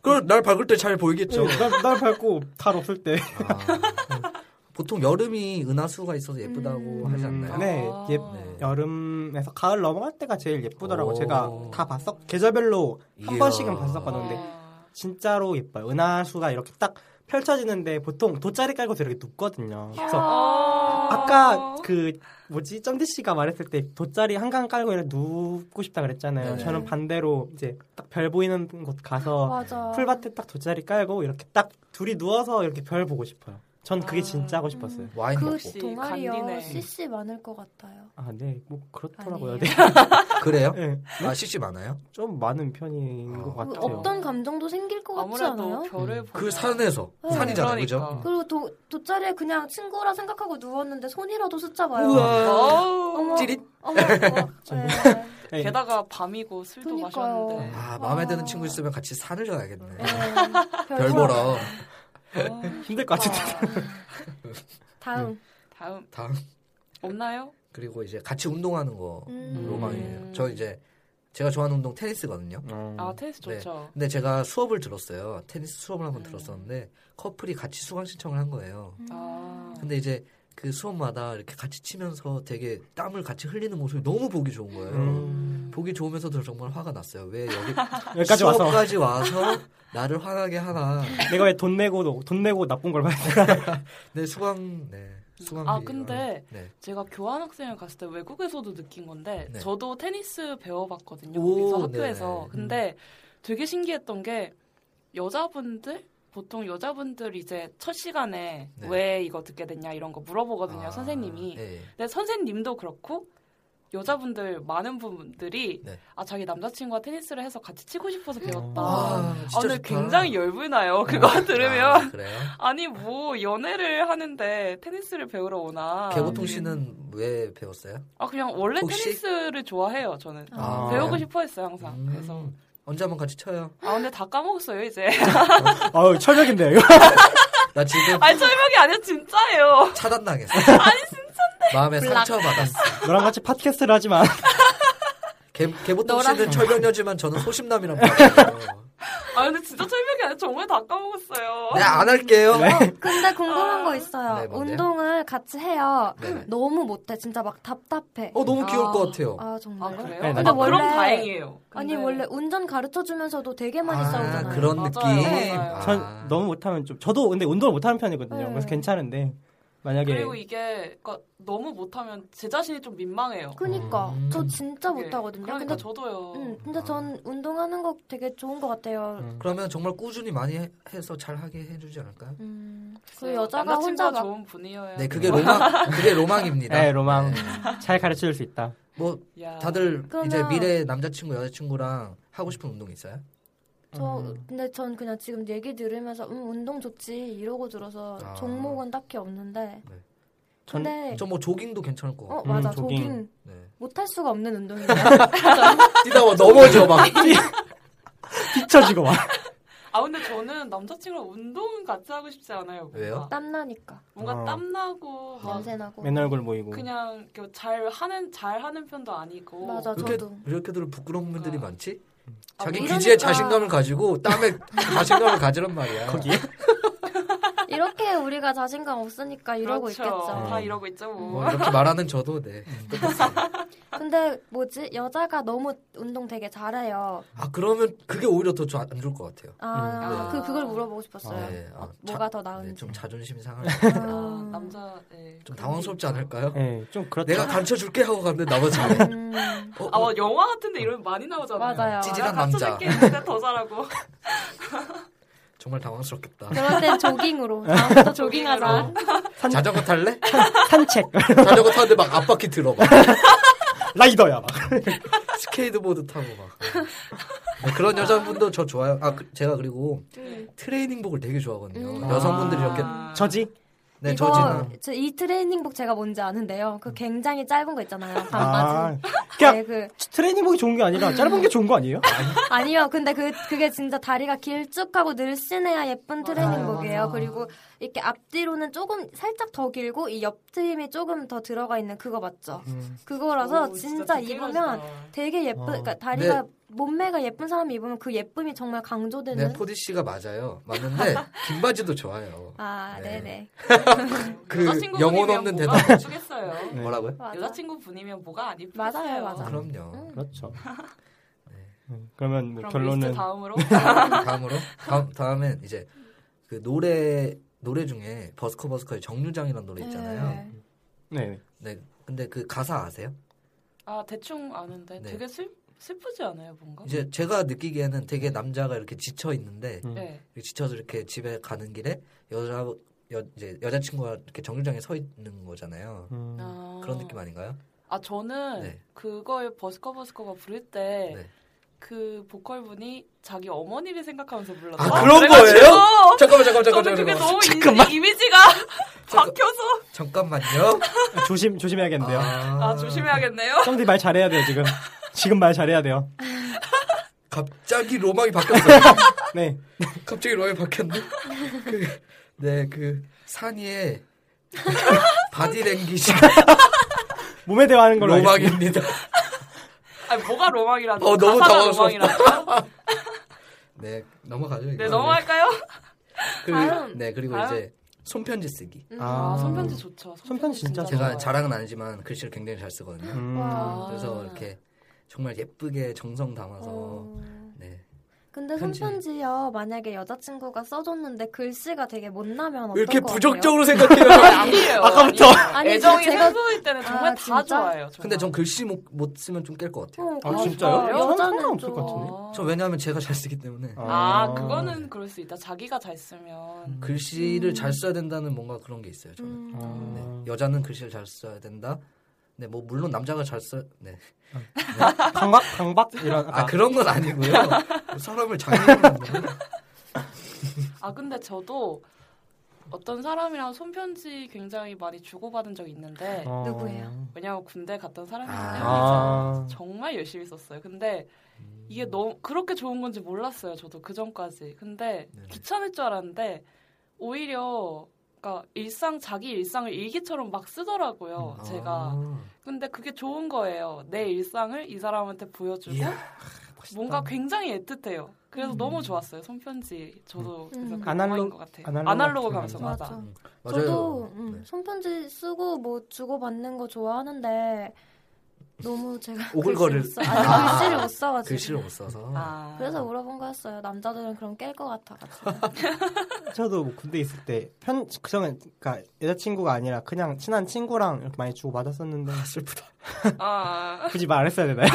D: 그럼 날 밝을 때 잘 보이겠죠.
E: 날, 날 밟고 달 없을 때
D: 네. 아, 보통 여름이 은하수가 있어서 예쁘다고 하지 않나요?
E: 음, 네,
F: 아.
E: 예,
D: 네.
E: 여름에서 가을 넘어갈 때가 제일 예쁘더라고
D: 오.
E: 제가 다 봤어 계절별로 한
D: 이야.
E: 번씩은 봤었거든요 근데 진짜로 예뻐요 은하수가 이렇게 딱 펼쳐지는데 보통 돗자리 깔고 되게 눕거든요 그래서
F: 아.
E: 아까 그 뭐지 점디 씨가 말했을 때 돗자리 한강 깔고 이렇게 눕고 싶다 그랬잖아요
D: 네네.
E: 저는 반대로 이제 딱 별 보이는 곳 가서
C: 맞아.
E: 풀밭에 딱 돗자리 깔고 이렇게 딱 둘이 누워서 이렇게 별 보고 싶어요 전 그게
F: 아.
E: 진짜 하고 싶었어요
D: 와인
C: 그
D: 먹고
C: 동아리요
F: 간디네.
C: CC 많을 것 같아요.
E: 아 네 뭐 그렇더라고요
C: 아니에요.
E: 네.
D: 그래요?
E: 네.
D: 아 CC 많아요?
E: 좀 많은 편인
D: 어.
E: 것
C: 그
E: 같아요.
C: 어떤 감정도 생길 것 같지
F: 아무래도
C: 않아요?
F: 별을
E: 음.
F: 보면
D: 그 산에서
C: 네.
D: 산이잖아요,
F: 그러니까.
D: 그죠?
C: 그리고 도, 돗자리에 그냥 친구라 생각하고 누웠는데 손이라도 숫자 봐요. 음. 어머,
F: 어우,
D: 찌릿.
C: 어머, 어머.
E: 정말.
C: 네.
E: 네.
F: 게다가 밤이고 술도
C: 그러니까요.
F: 마셨는데.
D: 예. 아 마음에
C: 와.
D: 드는 친구 있으면 같이 산을 전하겠네.
C: 네.
D: 별 보러
F: 아.
E: 힘들
D: 아,
E: 것 같은데.
C: 다음.
F: 다음
D: 다음
F: 없나요?
D: 그리고 이제 같이 운동하는 거
C: 음.
D: 로망이에요. 저 이제 제가 좋아하는 운동 테니스거든요.
F: 아 테니스
D: 네.
F: 좋죠.
D: 근데 제가 수업을 들었어요. 테니스 수업을 한번
F: 음.
D: 들었었는데 커플이 같이 수강 신청을 한 거예요.
F: 아.
D: 근데 이제 그 수업마다 이렇게 같이 치면서 되게 땀을 같이 흘리는 모습이 너무 보기 좋은 거예요.
E: 음.
D: 보기 좋으면서도 정말 화가 났어요. 왜 여기
E: 여기까지 와서
D: 수업까지 와서 나를 화나게 하나.
E: 내가 왜 돈 내고 돈 내고 나쁜 걸 봐야 돼?
D: 네 수강 네 수강.
F: 아 근데
D: 네.
F: 제가 교환 학생을 갔을 때 외국에서도 느낀 건데
D: 네.
F: 저도 테니스 배워봤거든요.
D: 오,
F: 거기서
D: 네네.
F: 학교에서 근데 되게 신기했던 게 여자분들 보통 여자분들 이제 첫 시간에
D: 네.
F: 왜 이거 듣게 됐냐 이런 거 물어보거든요
D: 아,
F: 선생님이.
D: 네.
F: 근데 선생님도 그렇고 여자분들 많은 분들이
D: 네. 음.
F: 아 자기 남자친구와 테니스를 해서 같이 치고 싶어서 배웠다. 아,
D: 아, 진짜 좋다.
F: 근데
D: 음.
F: 굉장히 열분나요 그거 들으면
D: 아, 그래요?
F: 아니 뭐 연애를 하는데 테니스를 배우러 오나?
D: 개보통 씨는 왜 배웠어요?
F: 아 그냥 원래
D: 혹시?
F: 테니스를 좋아해요 저는.
C: 아.
E: 아.
F: 배우고
D: 그래요?
F: 싶어 했어요 항상.
D: 음.
F: 그래서
D: 언제 한번 같이 쳐요?
F: 아 근데 다 까먹었어요 이제.
E: 아유 철벽인데 이거.
D: 나 지금
F: 아니 철벽이 아니라 진짜예요.
D: 차단당했어. 아니 진짜인데. 마음에 상처 받았어.
E: 너랑 같이 팟캐스트를 하지 마.
F: 어?
D: 개 개보통
C: 너랑-
D: 씨는 철벽녀지만 저는 소심남이란 말이에요.
F: 아 근데 진짜 철벽이 아니라 정말 다 까먹었어요.
D: 네안 할게요.
C: 어, 근데 궁금한 거 있어요.
D: 네, 뭔데요?
C: 운동을 같이 해요.
D: 네.
C: 너무 못해. 진짜 막 답답해.
D: 어 너무 귀여울
F: 아.
D: 것 같아요.
C: 아
F: 아
C: 정말.
F: 그래요?
E: 네,
F: 아,
E: 근데
F: 그럼
C: 원래-
F: 다행이에요. 근데-
C: 아니 원래 운전 가르쳐 주면서도 되게 많이
D: 아,
C: 싸우잖아요.
D: 그런
F: 맞아요,
D: 느낌.
F: 맞아요.
D: 아.
E: 전 너무 못하면 좀 저도 근데 운동을 못하는 편이거든요.
C: 네.
E: 그래서 괜찮은데 만약에
F: 그리고 이게 그러니까 너무 못하면 제 자신이 좀 민망해요.
C: 그니까
D: 음.
C: 저 진짜
F: 그게.
C: 못하거든요.
F: 그러니까
C: 근데
F: 저도요.
C: 음, 근데 전 운동하는 거 되게 좋은 것 같아요.
E: 음.
D: 그러면 정말 꾸준히 많이 해- 해서 잘 하게 해주지 않을까요?
C: 음, 그
F: 글쎄요,
C: 여자가
F: 남자친구가
C: 혼자 막
F: 좋은 분이어야.
D: 네 그게 로망 그게 로망입니다.
E: 네, 로망.
D: 네.
E: 잘 가르쳐 줄 수 있다.
D: 뭐
F: 야.
D: 다들
C: 그러면-
D: 이제 미래 남자친구 여자친구랑 하고 싶은 운동 있어요?
C: 저
E: 음.
C: 근데 전 그냥 지금 얘기 들으면서 음 운동 좋지 이러고 들어서
D: 아.
C: 종목은 딱히 없는데
D: 네.
E: 전-
C: 근데
D: 저 뭐 조깅도 괜찮을 것
C: 어
D: 같고.
C: 맞아
E: 음,
C: 조깅,
E: 조깅.
D: 네.
C: 못할 수가 없는 운동이에요.
D: 뛰다 와 넘어져 막.
E: 삐쳐지고 와.
F: 아 근데 저는 남자친구랑 운동은 같이 하고 싶지 않아요. 뭔가.
D: 왜요?
C: 땀 나니까
F: 뭔가
E: 어.
F: 땀 나고 막
C: 냄새 나고
E: 맨날 얼굴 보이고.
F: 그냥 이렇게 잘 하는 잘 하는 편도 아니고. 그렇죠.
C: 맞아
D: 이렇게
C: 저도 뭐
D: 이렇게들 부끄러운 분들이
F: 그러니까.
D: 많지?
F: 아,
D: 자기
C: 이러니까.
D: 귀지에 자신감을 가지고 땀에 자신감을 가지란 말이야.
E: 거기에
C: 이렇게 우리가 자신감 없으니까 이러고
F: 그렇죠.
C: 있겠죠.
F: 다 이러고 있죠 뭐.
D: 뭐 이렇게 말하는 저도 네.
C: 근데 뭐지 여자가 너무 운동 되게 잘해요.
D: 아 그러면 그게 오히려 더 안 좋을 것 같아요.
C: 아,
F: 음.
C: 그
F: 네.
C: 그걸 물어보고 싶었어요.
E: 아,
D: 네, 아,
C: 어, 뭐가 더
D: 자- 네,
C: 나은지.
D: 좀 자존심이 상할.
F: 아,
C: 아,
F: 남자. 네,
D: 좀
F: 그런
D: 당황스럽지
F: 게 있죠.
D: 않을까요?
E: 네, 좀 그렇죠.
D: 내가 가르쳐 줄게 하고 갔는데 나머지 안 해.
C: 음.
D: 어,
F: 아,
D: 어,
F: 뭐 영화 같은데 이런 거 많이 나오잖아요.
C: 맞아요.
D: 찌질한
F: 나 같이
D: 남자.
F: 새끼 있는데 더 잘하고.
D: 정말 당황스럽겠다.
C: 그럴 땐 조깅으로 다음부터 조깅하자.
D: 자전거 탈래?
E: 산책
D: 자전거 타는데 막 앞바퀴 들어. 막.
E: 라이더야 막.
D: 스케이트보드 타고 막. 네, 그런 여자분도 저 좋아요. 아, 그- 제가 그리고
F: 음.
D: 트레이닝복을 되게 좋아하거든요.
C: 음.
D: 여성분들이
F: 아.
D: 이렇게.
E: 저지
D: 네, 저
C: 이거
D: 지금.
C: 저 이 트레이닝복 제가 뭔지 아는데요. 그 굉장히 짧은 거 있잖아요. 반바지.
E: 아, 그냥
C: 네, 그
E: 트레이닝복이 좋은 게 아니라 짧은 게 좋은 거 아니에요?
C: 아니요. 근데 그 그게 진짜 다리가 길쭉하고 늘씬해야 예쁜 트레이닝복이에요. 그리고 이렇게 앞뒤로는 조금 살짝 더 길고 이 옆트임이 조금 더 들어가 있는 그거 맞죠?
E: 음,
C: 그거라서
F: 오,
C: 진짜, 입으면
F: 디테일하시다.
C: 되게 예쁜
E: 어.
C: 그러니까 다리가 몸매가 예쁜 사람이 입으면 그 예쁨이 정말 강조되는
D: 네, 포디 씨가 맞아요. 맞는데, 긴 바지도 좋아요.
C: 아, 네,
D: 네.
C: 네.
D: 그,
F: 여자친구분이면
D: 영혼 없는
F: 뭐가
D: 대답.
F: 주겠어요.
E: 네.
D: 뭐라고요?
C: 맞아.
F: 여자친구 분이면 뭐가 안 이쁘겠어요.
C: 맞아요, 맞아.
D: 그럼요.
E: 그렇죠. 음, 그러면 뭐
F: 네. 그럼
E: 결론은
F: 리스트 다음으로
D: 다음으로. 다음, 다음엔 이제, 그 노래, 노래 중에 버스커 버스커의 정류장이라는 노래 있잖아요.
C: 네.
E: 네.
D: 네. 근데 그 가사 아세요?
F: 아 대충 아는데
D: 네.
F: 되게 슬 슬프지 않아요 뭔가?
D: 이제 제가 느끼기에는 되게 남자가 이렇게 지쳐 있는데,
F: 네.
D: 지쳐서 이렇게 집에 가는 길에 여자 여, 이제 여자친구가 이렇게 정류장에 서 있는 거잖아요.
E: 음.
F: 아.
D: 그런 느낌 아닌가요?
F: 아 저는
D: 네.
F: 그거에 버스커 버스커가 부를 때. 그 보컬분이 자기 어머니를 생각하면서 불렀다.
D: 아, 그런 거예요? 잠깐만 잠깐만
F: 저는
D: 잠깐만
F: 그게
D: 잠깐만
F: 너무
D: 잠깐만
F: 이, 이미지가 박혀서
D: 잠깐만요.
E: 조심 조심해야겠는데요.
D: 아,
F: 아 조심해야겠네요.
E: 썸디 말 잘해야 돼요 지금. 지금 말 잘해야 돼요.
D: 갑자기 로망이 바뀌었어요.
E: 네.
D: 갑자기 로망이 바뀌었네. 그, 네그 산이의 바디랭귀지
E: 몸에 대화하는 걸로. 알겠습니다.
D: 로망입니다.
F: 아니 뭐가 로망이라는?
D: 어, 너무
F: 가사가
D: 당황스럽다.
F: 로망이라는?
D: 네 넘어가죠. 이거.
E: 아.
F: 네 넘어갈까요?
D: 그리고,
C: 다음.
D: 네 그리고
F: 다음.
D: 이제 손편지 쓰기.
F: 아 손편지 좋죠.
E: 손편지 진짜
D: 제가
F: 음.
E: 좋아요.
D: 자랑은 아니지만 글씨를 굉장히 잘 쓰거든요.
E: 음.
C: 와.
D: 그래서 이렇게 정말 예쁘게 정성 담아서
C: 어.
D: 네.
C: 근데
D: 편지.
C: 손편지요. 만약에 여자친구가 써줬는데 글씨가 되게 못나면 어떨
D: 왜 이렇게
C: 것 같아요?
D: 부정적으로 생각해요?
F: 아니에요. 아까부터
C: 아니,
F: 애정이
C: 제가-
F: 생소일 때는 정말
C: 아,
F: 다
C: 진짜?
F: 좋아해요. 정말.
D: 근데 전 글씨 못, 못 쓰면 좀 깰 것 같아요.
C: 어,
E: 아
C: 그거
E: 진짜요?
F: 진짜요?
E: 저는
C: 여자는
E: 상관없을 것
C: 좀-
F: 어.
E: 같은데.
D: 저 왜냐하면 제가 잘 쓰기 때문에
F: 아,
E: 어.
F: 그거는 그럴 수 있다. 자기가 잘 쓰면
D: 글씨를 잘 써야 된다는 뭔가 그런 게 있어요. 저는
C: 음.
E: 음.
D: 네. 여자는 글씨를 잘 써야 된다. 네, 뭐 물론 남자가 잘 써. 네.
E: 강박 강박 이런
D: 아
E: 아,
D: 그런 건 아니고요. 뭐 사람을 장애하는 거는
F: 아 근데 저도 어떤 사람이랑 손편지 굉장히 많이 주고받은 적이 있는데
E: 어.
C: 누구예요?
F: 왜냐면 군대 갔던 사람이랑
E: 아.
F: 정말 열심히 썼어요. 근데 이게 너무 그렇게 좋은 건지 몰랐어요. 저도 그 전까지. 근데
D: 네네.
F: 귀찮을 줄 알았는데 오히려 그러니까 일상 자기 일상을 일기처럼 막 쓰더라고요.
C: 음,
F: 제가.
D: 아.
F: 근데 그게 좋은 거예요. 내 일상을 이 사람한테 보여주고
D: 이야,
F: 뭔가 굉장히 애틋해요. 그래서 너무 좋았어요. 손편지 저도 그래서
C: 음.
F: 그 아날로그
E: 아날로그-
F: 것 같아요.
E: 아날로그
F: 아날로그,
E: 같은
F: 감성
E: 거.
F: 맞아.
C: 맞아.
D: 맞아요.
C: 저도 음,
D: 네.
C: 손편지 쓰고 뭐 주고받는 거 좋아하는데 너무 제가 글씨를
D: 오글거릴-
C: 못 써. 아니, 글씨를 못 써가지고.
D: 글씨를 못 써서
F: 아.
C: 그래서 물어본 거였어요. 남자들은 그럼 깰 것 같아가지고.
E: 저도 뭐 군대 있을 때편 그전에 그러니까 여자친구가 아니라 그냥 친한 친구랑 이렇게 많이 주고 받았었는데
D: 아, 슬프다.
F: 아.
E: 굳이 말 안 했어야 되나요?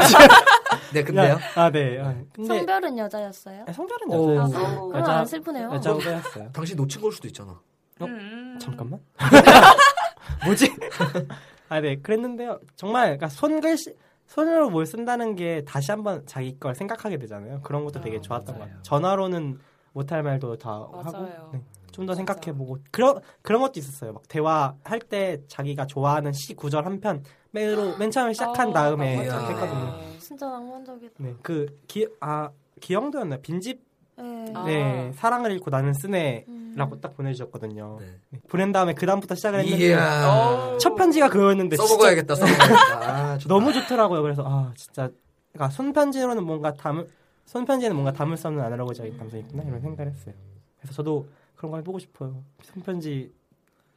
D: 네, 근데요.
E: 아 네. 아, 근데
C: 성별은 여자였어요?
E: 아, 성별은
D: 오.
E: 여자.
F: 아,
C: 그럼
E: 여자-
C: 안 슬프네요.
E: 여자였어요.
D: 당신 놓친 걸 수도 있잖아.
E: 어?
F: 음.
E: 잠깐만. 뭐지? 아, 네. 그랬는데요. 정말 그러니까 손글씨 손으로 뭘 쓴다는 게 다시 한번 자기 걸 생각하게 되잖아요. 그런 것도 되게
F: 아,
E: 좋았던 것
F: 맞아요.
E: 같아요. 전화로는 못할 말도 다 하고 네.
F: 맞아요.
E: 좀 더
F: 맞아.
E: 생각해보고 그런 그런 것도 있었어요. 막 대화할 때 자기가 좋아하는 시 구절 한 편 맨으로 맨 처음에 시작한
F: 아,
E: 다음에
F: 맞아요.
D: 맞아.
E: 했거든요.
C: 진짜 낭만적이다.
E: 네, 그기아 기영도였나 요 빈집
C: 네.
F: 아.
E: 네 사랑을 잃고 나는 쓰네라고
C: 음.
E: 딱 보내주셨거든요.
D: 네.
E: 보낸 다음에 그 다음부터 시작을 했는데
D: 이야.
E: 첫 편지가 그거였는데 진짜
D: 어. 써먹어야겠다. 써먹어야겠다. 아, 좋다.
E: 너무 좋더라고요. 그래서 아 진짜 그러니까 손편지로는 뭔가 담을 손편지에는 뭔가 담을 수 없는 아날로그적인
D: 음.
E: 감성이 있구나 이런 생각을 했어요. 그래서 저도 그런 걸 해보고 싶어요. 손편지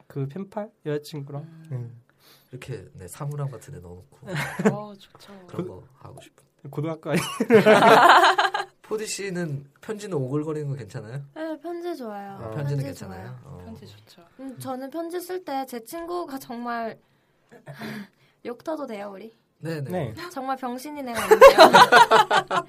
E: 그 펜팔 여자친구랑
D: 음. 이렇게 네, 사물함 같은 데 넣어놓고
F: 어, 좋죠.
D: 그런 거 하고 싶어.
E: 네. 고등학교 아니
D: 포디 씨는 편지는 오글거리는 거 괜찮아요?
C: 네, 편지 좋아요.
D: 아, 편지는 괜찮아요.
C: 좋아요.
D: 어.
F: 편지 좋죠.
C: 음, 저는 편지 쓸 때 제 친구가 정말 욕 터도 돼요 우리.
D: 네네.
E: 네.
C: 정말 병신인 애가 있는데요.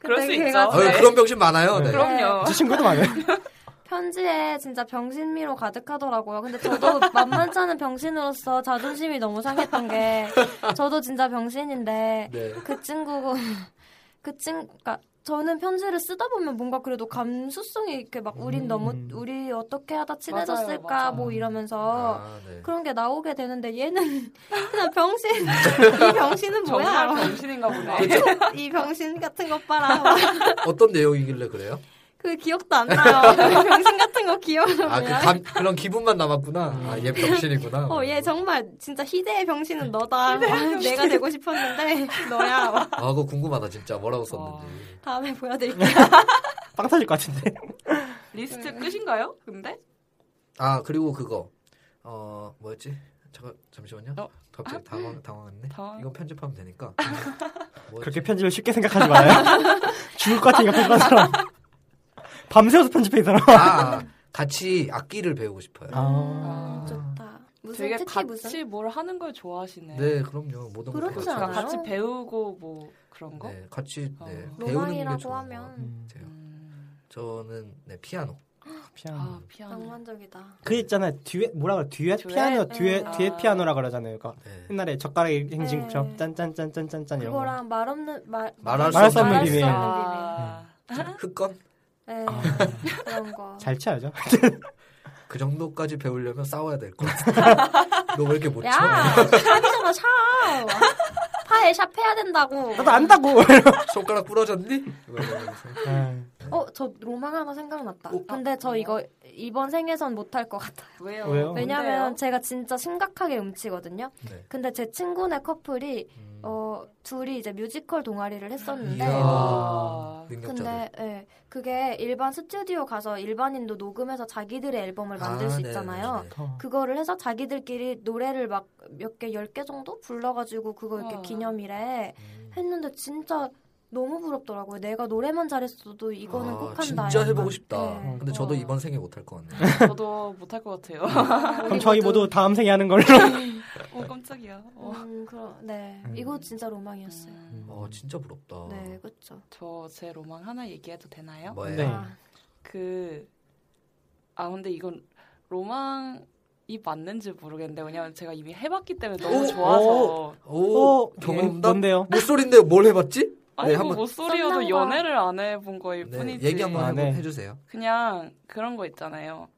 F: 그럴 수 수
C: 그래가지고.
F: 있죠.
D: 아유,
F: 네.
D: 그런 병신 많아요. 네.
F: 그럼요.
E: 제 친구도 많아요.
C: 편지에 진짜 병신미로 가득하더라고요. 근데 저도 만만치 않은 병신으로서 자존심이 너무 상했던 게 저도 진짜 병신인데
D: 네.
C: 그 친구고 그 친구 그러니까 저는 편지를 쓰다 보면 뭔가 그래도 감수성이 이렇게 막 우린 너무 우리 어떻게 하다 친해졌을까
F: 맞아요.
C: 뭐 이러면서
D: 아, 네.
C: 그런 게 나오게 되는데 얘는 그냥 병신 이 병신은
F: 정말
C: 뭐야 아,
F: 정신인가 보네.
C: 이 병신 같은 것 봐라
D: 어떤 내용이길래 그래요?
C: 그 기억도 안 나요 그 병신 같은 거 기억도
D: 아, 그
C: 그냥
D: 감, 그런 기분만 남았구나. 아, 얘 병신이구나.
C: 음. 어, 얘 정말 진짜 희대의 병신은 너다. 아, 내가 되고 싶었는데 너야.
D: 아, 그거 궁금하다, 진짜.
C: 어.
D: 뭐라고 썼는지.
C: 다음에 보여드릴게요.
E: 빵 터질 것 같은데.
C: 네.
F: 리스트 끝인가요? 근데
D: 아, 그리고 그거. 어, 뭐였지? 잠깐, 잠시만요.
F: 어.
C: 아?
D: 갑자기 당황, 당황했네.
F: 당황.
D: 이건 편집하면 되니까. 뭐였지?
E: 그렇게 편집을 쉽게 생각하지 말아요. 죽을 것 같으니까 편집한 사람. 밤새워서 편집해 이 사람.
D: 아, 아, 같이 악기를 배우고 싶어요.
E: 아.
C: 좋다. 무슨
F: 되게
C: 특히
F: 같이
C: 무슨
F: 뭘 하는 걸 좋아하시네.
D: 네, 그럼요. 모든 걸
C: 그렇지
D: 다
F: 그러니까
D: 같이.
C: 않아요?
F: 같이 배우고 뭐 그런 거.
D: 네, 같이
F: 어.
D: 네, 배우는 게 음.
C: 로망이라고
D: 좋은
C: 하면
D: 것 같아요.
C: 음.
D: 저는 네, 피아노.
E: 피아노.
F: 아
D: 음.
F: 피아노.
C: 낭만적이다.
E: 그 있잖아요. 듀엣 뭐라 그래? 듀엣,
F: 듀엣?
E: 피아노, 듀엣,
C: 음.
E: 듀엣 피아노라 그러잖아요. 그러니까
D: 네.
E: 옛날에 젓가락
C: 네.
E: 행진곡처럼 짠짠짠짠짠짠 이런 거.
C: 그거랑 말 없는 말
D: 말할
E: 말할 수 없는
C: 말할
E: 비밀. 아.
F: 아,
D: 흑건
C: 네, 그런 거.
E: 잘 쳐야죠.
D: 그 정도까지 배우려면 싸워야 될 것 같아. 너왜 이렇게 못 쳐?
C: 야, 샵이잖아 샵. 파에 샵 해야 된다고.
E: 아, 나도 안다고. 네,
D: 손가락 부러졌니? 뭐 이러면서.
E: 아,
C: 어, 저 로망 하나 생각났다.
D: 어? 어,
C: 근데 저 이거 이번 생에선 못할 것 같아요.
F: 왜요?
E: 왜요?
C: 네. 왜냐면 제가 진짜 심각하게 음치거든요.
D: 네.
C: 근데 제 친구네 커플이
D: 음.
C: 어 둘이 이제 뮤지컬 동아리를 했었는데
D: 이야,
F: 아.
D: 능력자들.
C: 근데 예, 그게 일반 스튜디오 가서 일반인도 녹음해서 자기들의 앨범을 만들
D: 아,
C: 수
D: 네네네네.
C: 있잖아요. 그거를 해서 자기들끼리 노래를 막 몇 개 열 개 정도 불러가지고 그거 이렇게
F: 와.
C: 기념일에
D: 음.
C: 했는데 진짜 너무 부럽더라고요. 내가 노래만 잘했어도 이거는
D: 아,
C: 꼭 한다.
D: 진짜
C: 약간.
D: 해보고 싶다.
C: 예.
D: 근데 저도
F: 와.
D: 이번 생에 못할 것 같네요.
F: 저도 못할 것 같아요.
C: 우리
E: 그럼 저희 모두 다음 생에 하는 걸로.
F: 어 깜짝이야. 어. 뭐,
C: 음, 그런 네, 이거 진짜 로망이었어요.
D: 어, 진짜 부럽다.
C: 네, 그렇죠.
F: 저제 로망 하나 얘기해도 되나요?
D: 뭐예요?
E: 네.
C: 아,
F: 그, 아, 근데 이건 로망이 맞는지 모르겠는데, 왜냐면 제가 이미 해봤기 때문에 너무
D: 오!
F: 좋아서.
D: 오,
E: 오,
D: 경험담?
E: 어, 뭔데요?
D: 목소리인데 뭘 해봤지?
F: 아니, 고
D: 한번-
F: 목소리여도
C: 썸남과-
F: 연애를 안 해본 거일
D: 네,
F: 뿐이지.
D: 얘기 한번
E: 아,
D: 해보-
E: 네.
D: 해주세요.
F: 그냥 그런 거 있잖아요.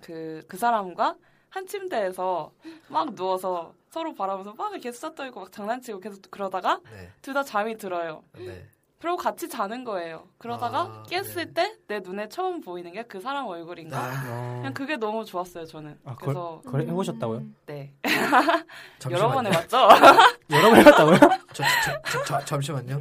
F: 그, 그 사람과 한 침대에서 막 누워서 서로 바라면서 막 이렇게 수다 떨고 막 장난치고 계속 그러다가
D: 네,
F: 둘 다 잠이 들어요.
D: 네.
F: 그리고 같이 자는 거예요. 그러다가
D: 아,
F: 깼을 때 내 눈에 처음 보이는 게 그 사람 얼굴인가?
D: 아,
F: 그냥 그게 너무 좋았어요, 저는.
E: 아, 걸-
F: 그래서
C: 음.
E: 그래 해보셨다고요?
F: 네. 여러 번
D: 잠시만요.
F: 해봤죠?
E: 여러 번 해봤다고요?
D: 저, 저, 저, 저, 잠시만요.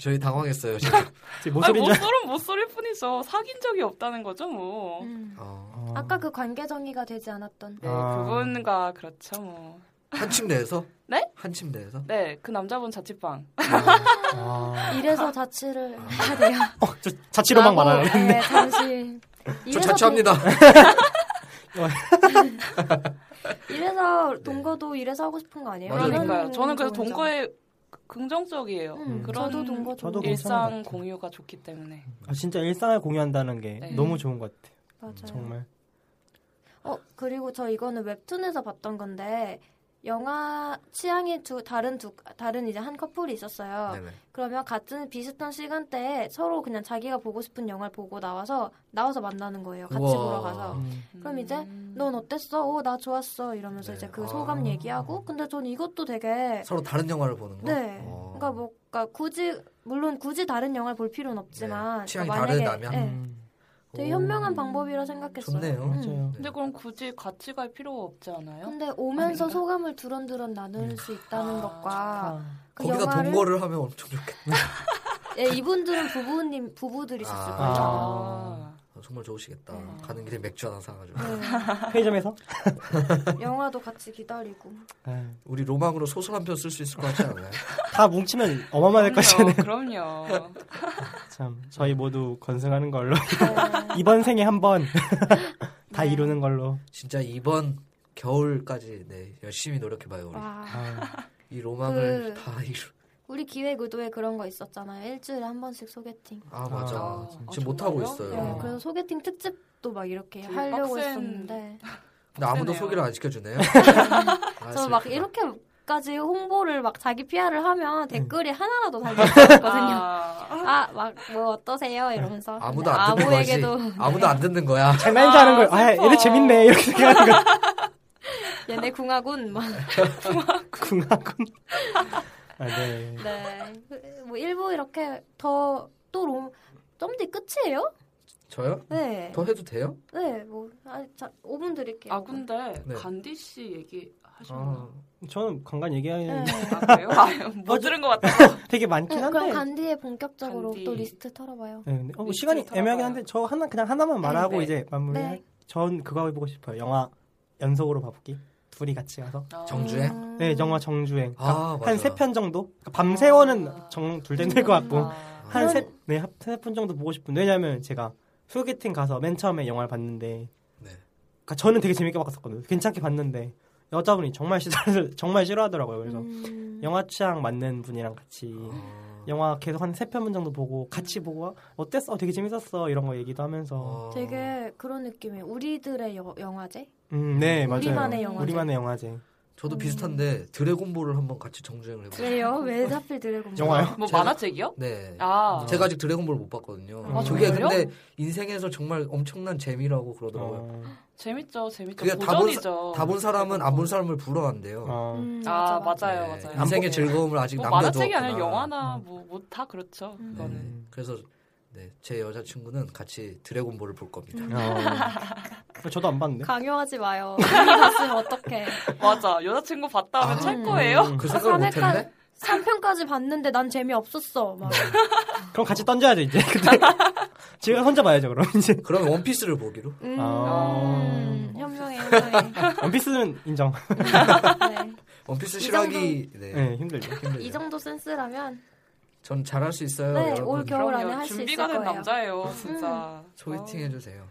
D: 저희 당황했어요. 지금.
E: 제
F: 아니,
E: 모서리인 줄. 알-
F: 못소름 못소릴 뿐이죠. 사귄 적이 없다는 거죠, 뭐.
C: 음.
D: 어,
E: 어.
C: 아까 그 관계 정의가 되지 않았던
F: 네,
E: 아.
F: 그분과 그렇죠, 뭐.
D: 한 침대에서?
F: 네?
D: 한 침대에서?
F: 네, 그 남자분 자취방.
E: 아.
C: 이래서 자취를
D: 아.
C: 해야 돼요.
E: 어, 저 자취로 막 말하는.
C: 네, 잠시.
D: 저
C: 이래서 뭐
D: 자취합니다.
C: 동- 이래서 동거도 이래서 하고 싶은 거 아니에요?
D: 네. 맞아요.
F: 그러니까요.
C: 이런
F: 저는 그래서
C: 거죠.
F: 동거에 긍정적이에요.
C: 음,
F: 그런
C: 저도 동거 좀
E: 저도 괜찮은 것
F: 일상
E: 같아요.
F: 공유가 좋기 때문에.
E: 아, 진짜 일상을 공유한다는 게
F: 네.
E: 너무 좋은 것 같아요.
C: 맞아요.
E: 정말.
C: 어 그리고 저 이거는 웹툰에서 봤던 건데 영화 취향이 두 다른 두 다른 이제 한 커플이 있었어요.
D: 네네.
C: 그러면 같은 비슷한 시간대에 서로 그냥 자기가 보고 싶은 영화를 보고 나와서 나와서 만나는 거예요. 같이
D: 우와.
C: 보러 가서. 그럼 이제 넌 어땠어? 어, 나 좋았어. 이러면서
D: 네.
C: 이제 그
D: 아.
C: 소감 얘기하고. 근데 전 이것도 되게
D: 서로 다른 영화를 보는 거?
C: 네.
D: 어.
C: 그러니까 뭐 그러니까 굳이 물론 굳이 다른 영화를 볼 필요는 없지만 그러니까
D: 네. 취향이
C: 만약에
D: 다르다면?
C: 네,
E: 음,
C: 되게
D: 오,
C: 현명한 방법이라 생각했어요.
D: 좋네요.
C: 음.
E: 맞아요.
F: 근데 그럼 굳이 같이 갈 필요가 없지 않아요?
C: 근데 오면서
F: 아닌가?
D: 네.
C: 소감을 두런두런 나눌 수 있다는
F: 아,
C: 것과 그
D: 음. 거기다
C: 영화를
D: 동거를 하면 엄청 좋겠다.
C: 예, 이분들은 부부님 부부들이셨을
D: 아.
C: 거예요.
F: 아.
D: 어, 정말 좋으시겠다.
C: 네.
D: 가는 길에 맥주 하나 사가지고.
C: 네.
E: 편의점에서?
C: 영화도 같이 기다리고.
E: 아,
D: 우리 로망으로 소설 한 편 쓸 수 있을 것 같지 않아요?
E: 다 뭉치면 어마어마할 것이네.
F: 그럼요. 그럼요.
E: 참, 저희 모두 건승하는 걸로.
C: 네.
E: 이번 생에 한 번. 다 이루는 걸로.
D: 진짜 이번 겨울까지 네, 열심히 노력해봐요. 우리.
C: 와.
E: 아,
D: 이 로망을
C: 그-
D: 다 이루.
C: 우리 기획 의도에 그런 거 있었잖아요. 일주일에 한 번씩 소개팅.
D: 아 맞아.
F: 아,
D: 지금
F: 아,
D: 못 하고
F: 정말요?
D: 있어요.
C: 네,
F: 어.
C: 그래서 소개팅 특집도 막 이렇게
F: 되게
C: 하려고
F: 빡센-
C: 했었는데
D: 근데 아무도
F: 빡세네요.
D: 소개를 안 시켜주네요. 아,
C: 저 막
D: 슬프다.
C: 이렇게까지 홍보를 막 자기 PR을
D: 음.
C: 하면 댓글이 하나라도 달렸거든요.
F: 아,
C: 아 막 뭐 어떠세요 이러면서 근데
D: 아무도 안 듣는 거지.
C: 아무에게도
D: 아무도 안 듣는 거야.
E: 장난인 줄 아는 걸. 아,
F: 슬퍼.
E: 얘네 재밌네. 이렇게 생각하는 거.
C: 얘네 궁하군 막
E: 궁하군. 아, 네.
C: 네. 뭐 일부 이렇게 더 또롬 점디 끝이에요?
D: 저요?
C: 네.
D: 더 해도 돼요?
C: 네. 뭐 아, 자, 5분 드릴게요.
F: 아 근데
D: 네.
F: 간디 씨 얘기 하셨나?
D: 아,
E: 저는 건강
C: 네.
E: 얘기하는 게
F: 아, 그래요? 아, 못 들은 것 같아요.
E: 되게 많긴
C: 네,
E: 한데.
C: 그럼 간디에 본격적으로
F: 간디.
C: 또 리스트 털어봐요.
E: 네, 근데 어, 뭐
F: 리스트
E: 시간이
F: 털어봐요.
E: 애매하긴 한데 저 하나 그냥 하나만 말하고
F: 네.
E: 이제 마무리.
C: 네.
E: 할- 전 그거 해보고 싶어요. 영화 연속으로 봐보기. 둘이 같이 가서.
F: 아,
D: 정주행?
C: 음.
E: 네, 영화 정주행.
D: 아, 맞아.
E: 한 세 편 정도. 그러니까 밤새워는
F: 아.
E: 정둘 힘들 것 같고.
F: 아,
E: 한 세, 네, 한 세 분 정도 보고 싶은데 왜냐면 제가 소개팅 가서 맨 처음에 영화를 봤는데
D: 네.
E: 그러니까 저는 되게 재밌게 봤었거든요. 괜찮게 봤는데 여자분이 정말 싫어 정말 싫어하더라고요. 그래서
C: 음.
E: 영화 취향 맞는 분이랑 같이
D: 아,
E: 영화 계속 한 세 편 정도 보고 같이 보고 어땠어? 되게 재밌었어. 이런 거 얘기도 하면서
D: 아.
C: 되게 그런 느낌이에요. 우리들의 여- 영화제?
E: 음, 네, 맞아요.
C: 우리만의 영화제. 음.
E: 우리만의 영화제.
F: 음.
D: 저도 비슷한데 드래곤볼을 한번 같이 정주행을 해보고.
F: 네,
C: 왜요?
F: 그-
C: 왜 하필 드래곤?
E: 영화요?
F: 뭐
D: 제가-
F: 만화책이요?
D: 네.
F: 아,
D: 제가 아직 드래곤볼 못 봤거든요.
E: 아,
D: 그게
F: 정말요?
D: 근데 인생에서 정말 엄청난 재미라고 그러더라고요.
E: 어.
F: 재밌죠, 재밌죠.
D: 그게 다 본-
F: 도전이죠.
D: 다 본 사람은 안 본 사람을 불러한대요.
E: 어,
C: 음,
F: 어. 아,
C: 맞아.
F: 맞아요,
D: 네,
F: 맞아요.
D: 인생의
F: 네.
D: 즐거움을 아직
F: 뭐
D: 남겨두었구나. 네.
F: 만화책이 아니라 영화나 뭐 뭐 다 그렇죠.
C: 음.
F: 그거는.
E: 음.
D: 그래서 네, 제 여자친구는 같이 드래곤볼을 볼
F: 음.
D: 겁니다.
E: 어. 저도 안 봤는데.
C: 음. 강요하지 마요. 이미 봤으면 어떡해.
F: 맞아. 여자친구 봤다 하면
D: 아.
F: 찰 거예요?
E: 음.
D: 그 생각을 못했네?
C: 3편까지 봤는데 난 재미없었어. 막.
E: 그럼 같이 던져야죠 이제. 그때 제가 혼자 봐야죠 그럼 이제.
D: 그럼 원피스를 보기로?
C: 음,
E: 아.
C: 현명해, 현명해.
E: 원피스는 인정.
C: 네.
D: 원피스
C: 이
D: 실화기 네.
E: 네, 힘들죠.
D: 힘들죠.
C: 이 정도 센스라면
D: 전 잘할 수 있어요.
C: 네,
D: 여러분.
C: 올 겨울 안에
F: 그럼요.
C: 할수 있을
F: 준비가 된
C: 거예요. 음. 어.
F: 남자예요, 진짜.
D: 소개팅
F: 아.
D: 해주세요.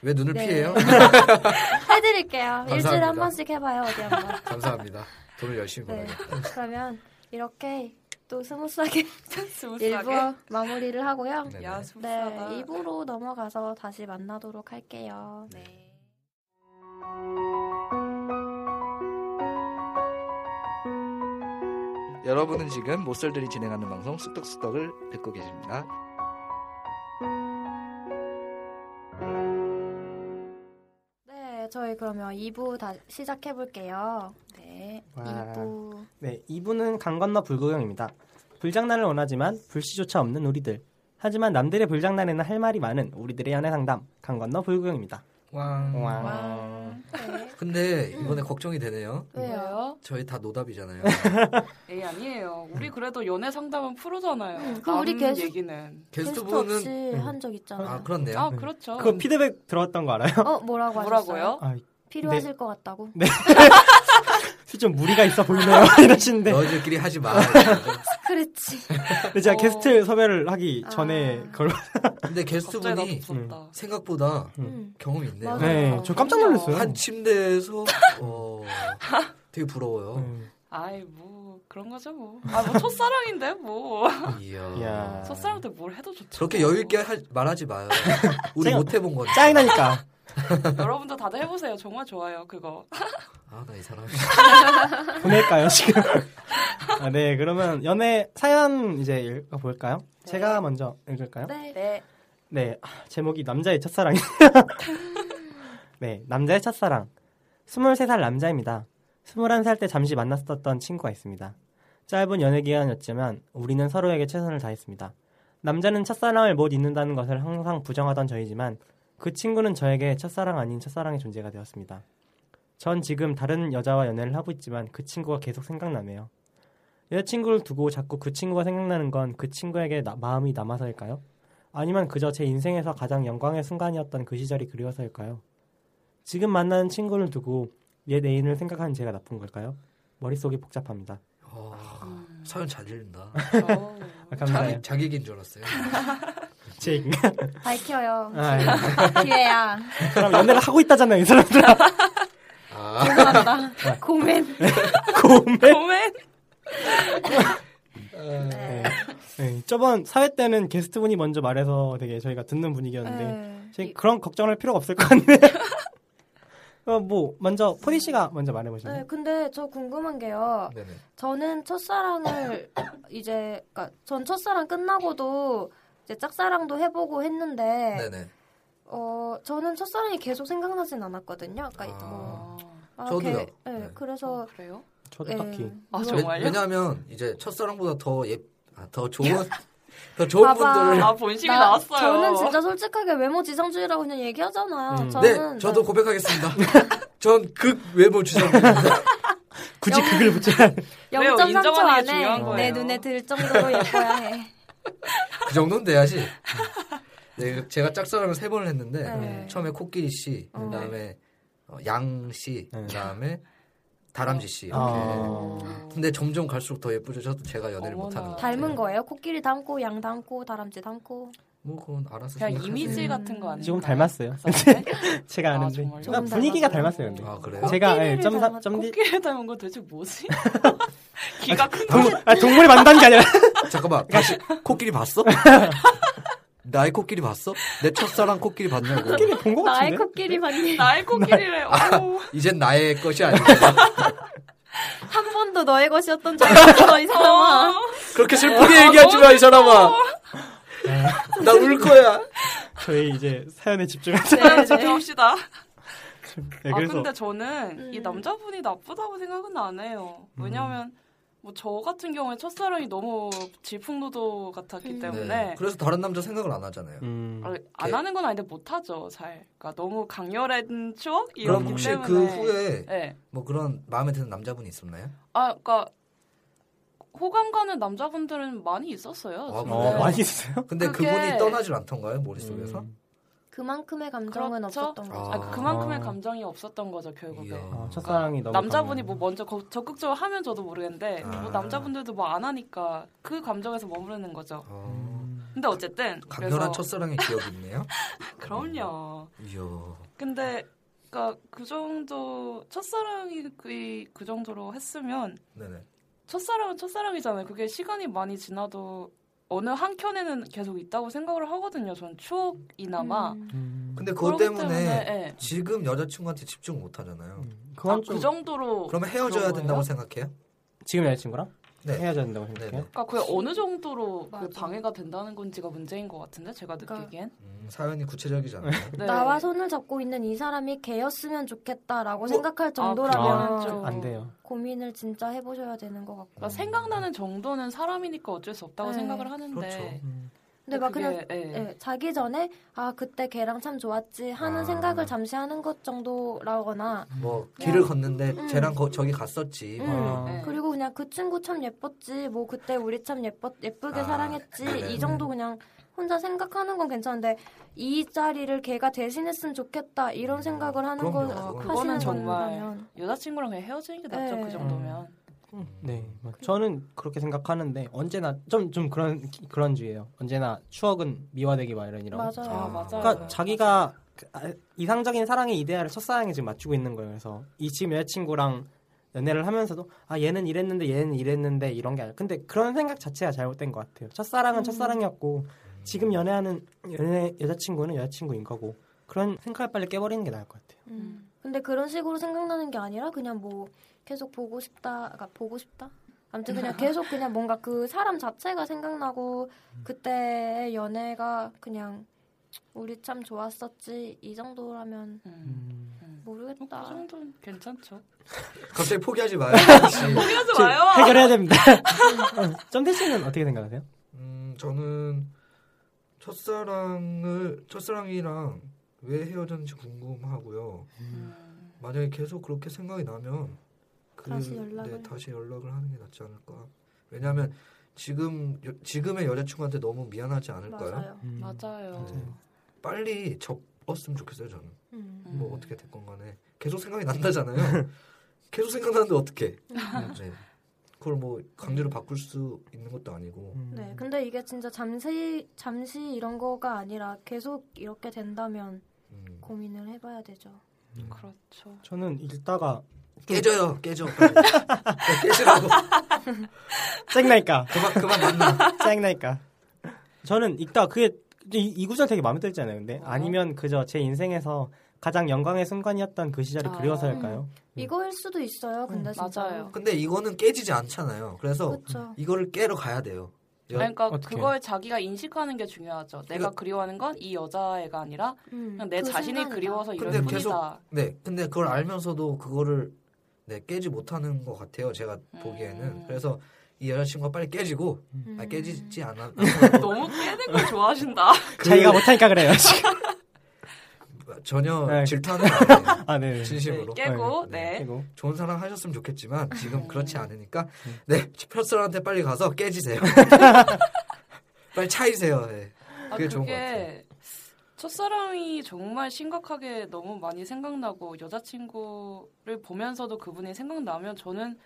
D: 왜 눈을
C: 네.
D: 피해요?
C: 해드릴게요. 일주일에
D: 감사합니다.
C: 한 번씩 해봐요, 어디 한번.
D: 감사합니다. 돈을 열심히
C: 네.
D: 벌어야겠다.
C: 그러면 이렇게 또 스무스하게 일부
F: 스무스하게.
C: 마무리를 하고요.
D: 네네.
F: 야,
C: 예. 네,
F: 스무스하다.
C: 2부로 넘어가서 다시 만나도록 할게요.
D: 네. 네.
G: 여러분은 지금 모쏠들이 진행하는 방송 쑥덕쑥덕을 듣고 계십니다.
C: 네, 저희 그러면 2부 다 시작해볼게요. 네,
E: 와.
C: 2부.
E: 네, 이분은 강 건너 불구경입니다. 불장난을 원하지만 불씨조차 없는 우리들. 하지만 남들의 불장난에는 할 말이 많은 우리들의 연애 상담 강 건너 불구경입니다.
D: 왕.
E: 와.
C: 네.
D: 근데 이번에 걱정이 되네요.
C: 왜요?
D: 저희 다 노답이잖아요.
F: 에이 예, 아니에요. 우리 그래도 연애 상담은 프로잖아요.
C: 음, 그럼 우리
F: 남
C: 계속-
F: 얘기는.
C: 게스트
D: 게스트분은
C: 없이 한 적
D: 아
C: 있잖아요.
D: 그렇네요.
F: 아 그렇죠.
E: 그 피드백 들어왔던 거 알아요?
C: 어, 뭐라고 하셨어요?
F: 뭐라고요?
E: 아,
C: 필요하실 것 같다고.
E: 좀 무리가 있어 보이네요. 이러시는데
D: 너희들끼리 하지 마.
C: 그렇지.
E: 근데 제가
F: 어.
E: 게스트 섭외를 하기 전에
C: 아.
E: 그걸
D: 근데
F: 갑자기 나
D: 게스트분이
F: 무섭다. 생각보다
C: 음.
D: 경험이 있네요.
C: 맞아요.
E: 네, 저 깜짝 놀랐어요.
D: 한 침대에서 어, 되게 부러워요.
E: 음,
F: 아이 뭐 그런 거죠 뭐. 아뭐 첫사랑인데 뭐.
D: 이야.
E: 이야.
F: 첫사랑 때 뭘 해도 좋죠.
D: 아. 저렇게 여유 있게 할- 말하지 마요. 우리
E: 제가-
D: 못 해본 건데.
E: 짜이 나니까.
F: 여러분도 다들 해보세요. 정말 좋아요 그거.
D: 아나 이 사람.
E: 보낼까요 지금? 아, 네 그러면 연애 사연 이제 읽어볼까요?
F: 네.
E: 제가 먼저 읽을까요?
C: 네.
F: 네.
E: 네, 아, 제목이 남자의 첫사랑이에요. 네, 남자의 첫사랑. 23살 남자입니다. 21살 때 잠시 만났었던 친구가 있습니다. 짧은 연애 기간이었지만 우리는 서로에게 최선을 다했습니다. 남자는 첫사랑을 못 잊는다는 것을 항상 부정하던 저이지만 그 친구는 저에게 첫사랑 아닌 첫사랑의 존재가 되었습니다. 전 지금 다른 여자와 연애를 하고 있지만 그 친구가 계속 생각나네요. 여자친구를 두고 자꾸 그 친구가 생각나는 건 그 친구에게 나- 마음이 남아서일까요? 아니면 그저 제 인생에서 가장 영광의 순간이었던 그 시절이 그리워서일까요? 지금 만나는 친구를 두고 옛 애인을 생각하는 제가 나쁜 걸까요? 머릿속이 복잡합니다.
D: 어, 사연 잘 들린다.
F: 어.
E: 아,
D: 자기
E: 감사해요.
D: 자기인 줄 알았어요.
E: 제 얘기.
C: 밝혀요.
E: 아, 예.
C: 기회야.
H: 네.
E: 그럼 연애를 하고 있다잖아요, 이 사람들.
D: 아,
C: 죄송합니다. 고민.
F: 어.
E: 고매.
F: 고멘.
E: 예. 저번 사회 때는 게스트분이 먼저 말해서 되게 저희가 듣는 분위기였는데
C: 네.
E: 저희 그런 걱정할 필요가 없을 것 같네. 어, 뭐 먼저 포니 씨가 먼저 말해보시면.
C: 네, 근데 저 궁금한 게요.
D: 네네.
C: 저는 첫사랑을 이제, 그니까 전 첫사랑 끝나고도 이제 짝사랑도 해보고 했는데,
D: 네네.
C: 어, 저는 첫사랑이 계속 생각나진 않았거든요. 그니까
D: 아.
C: 뭐. 아,
D: 저도요.
C: 걔- 네,
D: 네.
C: 그래서
F: 어, 그래요?
E: 저도
C: 예.
E: 딱히
F: 아
C: 왜-
F: 정말요?
D: 왜냐하면 이제 첫사랑보다 더 예, 아, 더 좋은 더 좋은
C: 봐봐.
D: 분들을
F: 아 본심이
C: 나-
F: 나, 왔어요
C: 저는 진짜 솔직하게 외모 지상주의라고 그냥 얘기하잖아요.
E: 음.
C: 저는
D: 네, 저도 고백하겠습니다. 전 극 외모 그 주장입니다.
E: 굳이 그걸 붙지 않.
F: 왜요?
C: 0.3초
F: 인정하는 게
C: 안에
F: 중요한
C: 내
F: 거예요.
C: 눈에 들 정도로 예뻐야 해.
D: 그 정도는 돼야지. 네, 제가 짝사랑을 세 번을 했는데
C: 네.
D: 처음에 코끼리 씨,
C: 어.
D: 그다음에 어, 양 씨,
E: 네.
D: 그다음에 다람쥐 씨 이렇게.
E: 아.
D: 근데 점점 갈수록 더 예쁘죠. 제가 연애를
F: 어머나.
D: 못 하는 거.
C: 닮은 거예요? 코끼리 닮고 양 닮고 다람쥐 닮고.
D: 뭐 그건 알아서
F: 그냥
D: 생각하세요.
F: 이미지 같은 거 아니에요?
E: 지금 닮았어요. 제가
F: 아,
E: 네. 아는데
F: 정말요?
E: 아, 분위기가 닮았어요. 근데.
D: 아, 그래요?
E: 제가 예,
C: 코끼리를
E: 점사
C: 닮았-
E: 점디
F: 코끼리 닮은 건 도대체 뭐지? 귀가 큰 거.
E: 동물 아 동물이 만난 게 아니라
D: 잠깐만 다시 코끼리 봤어? 나의 코끼리 봤어? 내 첫사랑 코끼리 봤냐고.
E: 코끼리 본 거
C: 나의
E: 뭐 같은데.
C: 코끼리 봤니?
F: 나의 코끼리래.
E: 아,
F: 오.
D: 이젠 나의 것이 아니야.
C: 한 번도 너의 것이었던 적 없어 이 사람아.
D: 그렇게 슬프게 얘기하지 마 이 사람아.
F: 어.
D: 나 울 거야.
E: 네, 저희 이제 사연에 집중하자.
C: 네, 네.
F: 집중합시다.
E: 네,
F: 아
E: 그래서
F: 근데 저는 이
C: 음.
F: 남자분이 나쁘다고 생각은 안 해요.
E: 음.
F: 왜냐하면 뭐 저 같은 경우에 첫사랑이 너무 질풍노도 같았기
E: 네.
C: 음.
F: 때문에
D: 네. 그래서 다른 남자 생각을 안 하잖아요.
E: 음,
F: 아, 안 하는 건 아닌데 못 하죠. 잘. 그러니까 너무 강렬한 추억 이런
D: 그럼
F: 것
D: 혹시
F: 때문에.
D: 그 후에
F: 네.
D: 뭐 그런 마음에 드는 남자분이 있었나요?
F: 아 그러니까 호감 가는 남자분들은 많이 있었어요.
D: 아,
F: 저는.
E: 어, 많이 있으세요?
D: 근데 그
F: 그게-
D: 분이 떠나질 않던가요 머릿속에서?
E: 음.
C: 그만큼의 감정은
F: 그렇죠?
C: 없었던 거죠.
F: 아, 그만큼의 감정이 없었던 거죠 결국에. 아,
D: 이야.
E: 어, 첫사랑이 너무
F: 남자분이
E: 강해요.
F: 뭐 먼저 거- 적극적으로 하면 저도 모르겠는데
D: 아.
F: 뭐 남자분들도 뭐 안 하니까 그 감정에서 머무르는 거죠.
D: 어,
F: 근데 어쨌든
D: 강렬한
F: 그래서
D: 첫사랑의 기억이 있네요.
F: 그럼요.
D: 이야.
F: 근데 그러니까 그 정도 첫사랑이 그- 그 정도로 했으면
D: 네네.
F: 첫사랑은 첫사랑이잖아요. 그게 시간이 많이 지나도 어느 한 켠에는 계속 있다고 생각을 하거든요. 전 추억이나마
C: 음.
E: 음,
D: 근데 그것
F: 그렇기
D: 때문에,
F: 예.
D: 지금 여자친구한테 집중 못 하잖아요.
E: 음.
F: 아,
E: 그건 좀
F: 그 정도로
D: 그러면 헤어져야
F: 그런
D: 된다고
F: 거예요?
D: 생각해요?
E: 지금 여자친구랑
D: 네.
E: 헤어져야 된다고
D: 네네.
E: 생각해요.
F: 그러니까 그게 어느 정도로 그
C: 맞아.
F: 방해가 된다는 건지가 문제인 것 같은데 제가 느끼기엔
D: 음, 사연이 구체적이지 않아요.
F: 네.
C: 그러니까 나와 손을 잡고 있는 이 사람이 개였으면 좋겠다라고 생각할
F: 그러면
C: 정도라면
F: 좀-
E: 안 돼요.
C: 고민을 진짜 해보셔야 되는 것 같고.
F: 그러니까 생각나는 정도는 사람이니까 어쩔 수 없다고
C: 네.
F: 생각을 하는데
D: 그렇죠.
E: 음.
C: 근데 막 그냥
F: 그게, 예.
C: 예, 자기 전에 아 그때 걔랑 참 좋았지 하는
D: 아.
C: 생각을 잠시 하는 것 정도라거나
D: 뭐 길을 걷는데
C: 음.
D: 쟤랑 거- 저기 갔었지. 뭐
C: 음.
E: 아,
F: 네.
C: 그리고 그냥 그 친구 참 예뻤지 뭐 그때 우리 참 예뻐 예쁘게
D: 아,
C: 사랑했지
D: 네네.
C: 이 정도 그냥 혼자 생각하는 건 괜찮은데 이 자리를 걔가 대신했으면 좋겠다 이런 생각을 하는
D: 그럼요.
C: 걸
D: 그거는
C: 하시는
F: 정말
C: 거면
F: 여자친구랑 그냥 헤어지는 게 낫죠
C: 네.
F: 그 정도면
E: 음, 네, 뭐 저는 그렇게 생각하는데 언제나 좀 좀 그런 그런 주의예요. 언제나 추억은 미화되기 마련이라고.
C: 맞아요.
F: 아, 맞아요.
C: 어,
E: 그러니까 자기가 그, 아, 이상적인 사랑의 이데아를 첫사랑에 지금 맞추고 있는 거예요. 그래서 이 지금 여자친구랑 연애를 하면서도 아 얘는 이랬는데 얘는 이랬는데 이런 게 아니라 근데 그런 생각 자체가 잘못된 것 같아요. 첫사랑은
C: 음.
E: 첫사랑이었고 지금 연애하는 연애 여자친구는 여자친구인 거고 그런 생각을 빨리 깨버리는 게 나을 것 같아요.
C: 음. 근데 그런 식으로 생각나는 게 아니라 그냥 뭐 계속 보고 싶다, 그러니까 보고 싶다. 아무튼 그냥 계속 그냥 뭔가 그 사람 자체가 생각나고 그때의 연애가 그냥 우리 참 좋았었지 이 정도라면
F: 음. 그
C: 모르겠다.
F: 정도는 괜찮죠
D: 갑자기 포기하지 마요.
F: 하지
E: 지금
F: 마요
E: 해결해야 됩니다. 점태 씨는 어떻게 생각하세요?
D: 음, 저는 첫사랑을 첫사랑이랑 왜 헤어졌는지 궁금하고요.
F: 음.
D: 만약에 계속 그렇게 생각이 나면 그,
C: 다시 연락을?
D: 네, 다시 연락을 하는 게 낫지 않을까. 왜냐하면 지금 여- 지금의 여자친구한테 너무 미안하지 않을까요?
C: 맞아요.
E: 음.
F: 맞아요
D: 네. 빨리 접었으면 좋겠어요. 저는
C: 음.
F: 음.
D: 뭐 어떻게 됐건 간에 계속 생각이 난다잖아요. 계속 생각나는데 어떻게? 네. 그걸 뭐 강제로 바꿀 수 있는 것도 아니고.
E: 음.
C: 네, 근데 이게 진짜 잠시 잠시 이런 거가 아니라 계속 이렇게 된다면
D: 음.
C: 고민을 해봐야 되죠.
F: 그렇죠
E: 저는 읽다가
D: 깨져요, 깨져. 빨리. 네, 깨지라고.
E: 쨍 날까
D: 그만 그만 만나.
E: 쨍 날까 저는 읽다 그게 이, 이 구절 되게 마음에 들지 않아요? 근데
F: 어.
E: 아니면 그저 제 인생에서 가장 영광의 순간이었던 그 시절이
F: 아.
E: 그리워서일까요?
C: 이거일 수도 있어요. 근데 진짜.
F: 음, 맞아요.
D: 근데 이거는 깨지지 않잖아요. 그래서
C: 그렇죠.
D: 이거를 깨러 가야 돼요. 여-
F: 그러니까
E: 어떡해요?
F: 그걸 자기가 인식하는 게 중요하죠. 내가 그리워하는 건 이 여자애가 아니라
C: 음,
F: 그냥 내 자신이 그리워서 이럴
D: 근데 계속-
F: 뿐이다.
D: 네, 근데 그걸 알면서도 그거를 네, 깨지 못하는 것 같아요. 제가 보기에는. 그래서 이 여자친구가 빨리 깨지고
C: 음.
D: 아, 깨지지 않아.
F: 너무 깨는 걸 좋아하신다.
D: 그-
E: 자기가 못하니까 그래요. 지금.
D: 전혀
E: 네.
D: 질타는 안 해요.
E: 아 네.
D: 진심으로.
F: 깨고
D: 네.
F: 네.
E: 그리고
D: 좋은 사랑 하셨으면 좋겠지만 지금
F: 음.
D: 그렇지 않으니까 네 펄스한테 빨리 가서 깨지세요. 빨리 차이세요. 네.
F: 아,
D: 그게
F: 그게
D: 좋은 것 같아요.
F: 첫사랑이 정말 심각하게 너무 많이 생각나고 여자친구를 보면서도 그분이 생각나면 저는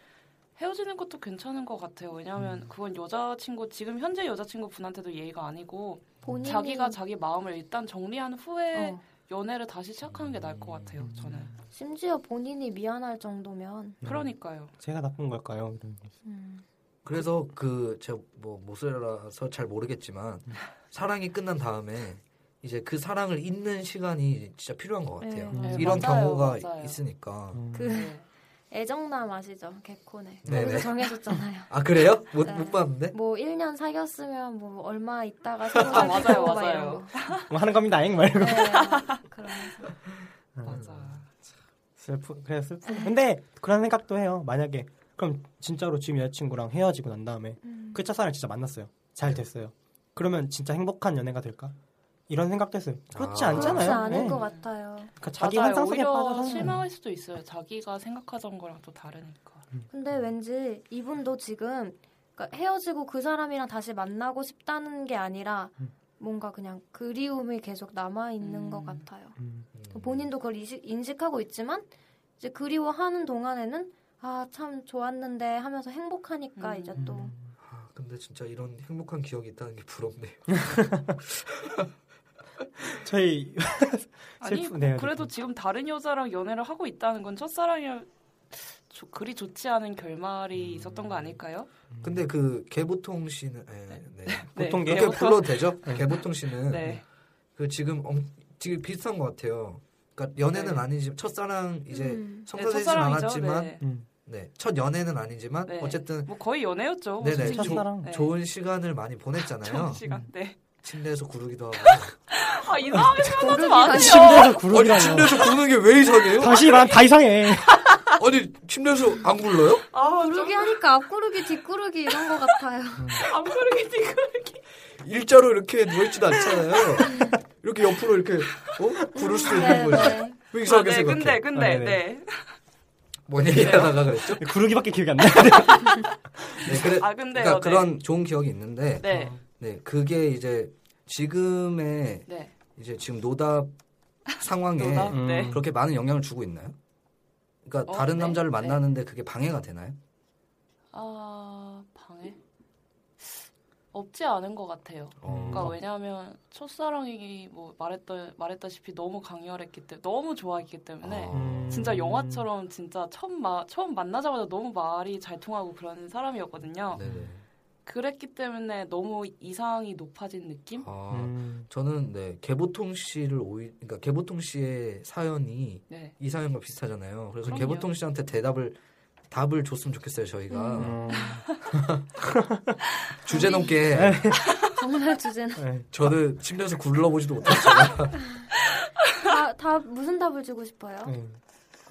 F: 헤어지는 것도 괜찮은 것 같아요. 왜냐하면
D: 음.
F: 그건 여자친구 지금 현재 여자친구 분한테도 예의가 아니고
C: 본인이
F: 자기가 자기 마음을 일단 정리한 후에
C: 어.
F: 연애를 다시 시작하는 게 나을 것 같아요. 저는
D: 음.
C: 심지어 본인이 미안할 정도면
F: 그러니까요.
E: 제가 나쁜 걸까요? 이런 거.
C: 음.
D: 그래서 그 제 뭐 모슬라서 잘 모르겠지만 사랑이 끝난 다음에 이제 그 사랑을 잊는 시간이 진짜 필요한 것 같아요.
C: 네.
F: 네,
D: 이런
F: 맞아요,
D: 경우가
F: 맞아요.
D: 있으니까.
E: 음,
C: 그
F: 네.
C: 애정남 아시죠? 개콘에
D: 네네.
C: 거기서 정해줬잖아요.
D: 아 그래요? 못 못
C: 네.
D: 봤는데?
C: 뭐 1년 사귀었으면 뭐 얼마 있다가 새로
F: 아, 맞아요,
C: 사귀고 막
F: 맞아요.
C: 이런 거.
E: 뭐 하는 겁니다. 잉 말고.
C: 네, 그러면서
D: 음.
F: 맞아.
E: 슬프 그래 슬프. 근데 그런 생각도 해요. 만약에 그럼 진짜로 지금 여자친구랑 헤어지고 난 다음에
C: 음.
E: 그 첫사랑 진짜 만났어요.
F: 네.
E: 잘 됐어요. 그러면 진짜 행복한 연애가 될까? 이런 생각도 했어요. 그렇지
D: 아.
E: 않잖아요.
C: 그렇지 않을
E: 네.
C: 것 같아요.
E: 그러니까 자기
F: 맞아요.
E: 환상 속에
F: 오히려
E: 빠져서
F: 실망할 수도 있어요. 자기가 생각하던 거랑 또 다르니까.
C: 근데 왠지 이분도 지금 그러니까 헤어지고 그 사람이랑 다시 만나고 싶다는 게 아니라
E: 음.
C: 뭔가 그냥 그리움이 계속 남아 있는
F: 음.
C: 것 같아요.
E: 음.
D: 음.
C: 본인도 그걸 인식, 인식하고 있지만 이제 그리워하는 동안에는 아 참 좋았는데 하면서 행복하니까
F: 음.
C: 이제 또
D: 아, 근데 진짜 이런 행복한 기억이 있다는 게 부럽네요.
E: 저희
F: 아니
E: 슬프네요,
F: 그래도
E: 되게.
F: 지금 다른 여자랑 연애를 하고 있다는 건 첫사랑이 조- 그리 좋지 않은
D: 음.
F: 결말이 있었던 거 아닐까요?
D: 근데 그 개보통 씨는 예, 네.
E: 보통
F: 네,
E: 개-
D: 그렇게
F: 개보통-
D: 불러도 되죠? 개보통 씨는
F: 네.
D: 그 지금 엄, 지금 비슷한 것 같아요. 그러니까 연애는
F: 네.
D: 아니지만 첫사랑 이제
C: 음.
D: 성사되진
F: 첫사랑이죠.
D: 않았지만
F: 네.
E: 음.
D: 네, 첫 연애는 아니지만
F: 네.
D: 어쨌든
F: 뭐 거의 연애였죠.
D: 네네. 음.
F: 솔직히.
E: 첫사랑.
F: 네.
D: 좋은 시간을 많이
F: 좋은
D: 보냈잖아요.
F: 시간. 네.
D: 침대에서 구르기도 하고.
F: 아 이상하게 표현하지 마세요.
E: 침대에서 구르기라니
D: 구르는 게 왜 이상해요?
E: 다시 일어나 다 이상해.
D: 아니 침대에서 안 굴러요?
F: 아,
C: 구르기 하니까 앞구르기 뒷구르기 이런 것 같아요.
F: 안 부르게 지금.
D: 일자로 이렇게 누워있지도 않잖아요. 이렇게 옆으로 이렇게 어? 구를 수도
C: 네,
D: 있는 거지.
C: 네.
D: 왜
F: 아,
D: 이상하게
F: 네,
D: 생각해?
F: 근데 근데
E: 아, 네네.
F: 네.
D: 뭔 얘기하다가 그랬죠?
E: 구르기밖에 기억이 안 나.
D: 네, 그래,
F: 아, 근데요,
D: 그러니까
F: 네.
D: 그런 좋은 기억이 있는데
F: 네.
D: 네, 그게 이제 지금의
F: 네.
D: 이제 지금 노답 상황에
F: 노답? 네.
E: 음.
D: 그렇게 많은 영향을 주고 있나요? 그러니까
F: 어,
D: 다른
F: 네,
D: 남자를
F: 네.
D: 만나는데 그게 방해가 되나요?
F: 아, 방해. 없지 않은 것 같아요. 그러니까
E: 음.
F: 왜냐하면 첫사랑이 뭐 말했다 말했다시피 너무 강렬했기 때문에 너무 좋아했기 때문에
E: 음.
D: 아.
F: 진짜 영화처럼 진짜 처음 마, 처음 만나자마자 너무 말이 잘 통하고 그런 사람이었거든요.
D: 어. 네네.
F: 그랬기 때문에 너무 이상이 높아진 느낌?
D: 아,
E: 음.
D: 저는 네 개보통 씨를 오히 그러니까 개보통 씨의 사연이
F: 네.
D: 이 사연과 비슷하잖아요. 그래서
F: 그럼요.
D: 개보통 씨한테 대답을 답을 줬으면 좋겠어요 저희가
E: 음.
D: 주제 넘게
C: 정말 주제는
E: 네.
D: 저는 침대에서 굴러보지도 못했어요.
C: 다, 아, 다 무슨 답을 주고 싶어요?
E: 네.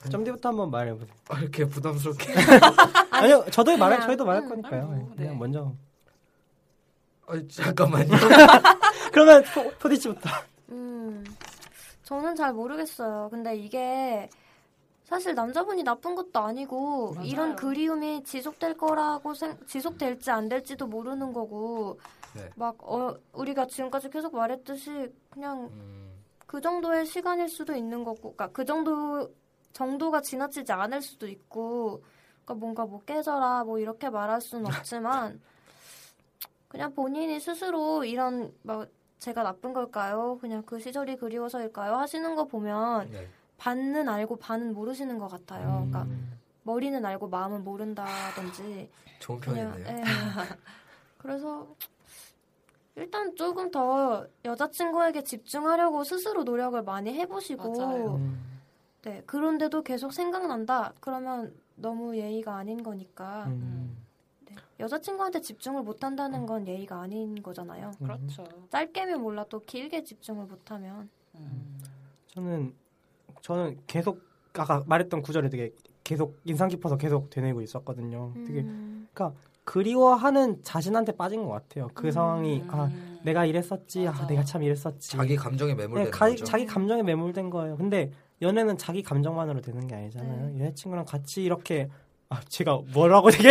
E: 점디부터 한번 말해보세요.
D: 아, 이렇게 부담스럽게
E: 아니요, 저도 말할,
C: 그냥,
E: 저희도 말할
C: 음,
E: 거니까요.
F: 아니, 뭐,
E: 네.
F: 네.
E: 그냥 먼저.
D: 아, 잠깐만요.
E: 그러면 포, 포디치부터.
C: 음, 저는 잘 모르겠어요. 근데 이게 사실 남자분이 나쁜 것도 아니고
F: 맞아요.
C: 이런 그리움이 지속될 거라고 생, 지속될지 안 될지도 모르는 거고
D: 네.
C: 막 어, 우리가 지금까지 계속 말했듯이 그냥
D: 음,
C: 그 정도의 시간일 수도 있는 거고, 그러니까 그 정도 정도가 지나치지 않을 수도 있고, 그러니까 뭔가 뭐 깨져라 뭐 이렇게 말할 수는 없지만 그냥 본인이 스스로 이런 막 제가 나쁜 걸까요? 그냥 그 시절이 그리워서일까요? 하시는 거 보면
D: 네.
C: 반은 알고 반은 모르시는 것 같아요.
E: 음.
C: 그러니까 머리는 알고 마음은 모른다든지
D: 좋은
C: 그냥
D: 편이네요.
C: 예. 그래서 일단 조금 더 여자친구에게 집중하려고 스스로 노력을 많이 해보시고
F: 맞아요.
E: 음,
C: 네 그런데도 계속 생각난다 그러면 너무 예의가 아닌 거니까
E: 음,
C: 네. 여자친구한테 집중을 못한다는 건 예의가 아닌 거잖아요
E: 음.
F: 그렇죠.
C: 짧게면 몰라도 길게 집중을 못하면
F: 음.
E: 저는 저는 계속 아까 말했던 구절이 되게 계속 인상 깊어서 계속 되뇌고 있었거든요. 되게
C: 음,
E: 그리워하는 자신한테 빠진 것 같아요. 그
C: 음.
E: 상황이 아
F: 음.
E: 내가 이랬었지, 아
F: 맞아.
E: 내가 참 이랬었지.
D: 자기 감정에
E: 네,
D: 매몰되는
E: 가,
D: 거죠.
E: 자기 감정에 매몰된 거예요. 근데 연애는 자기 감정만으로 되는 게 아니잖아요. 여자친구랑 같이 이렇게 아 제가 뭐라고 되게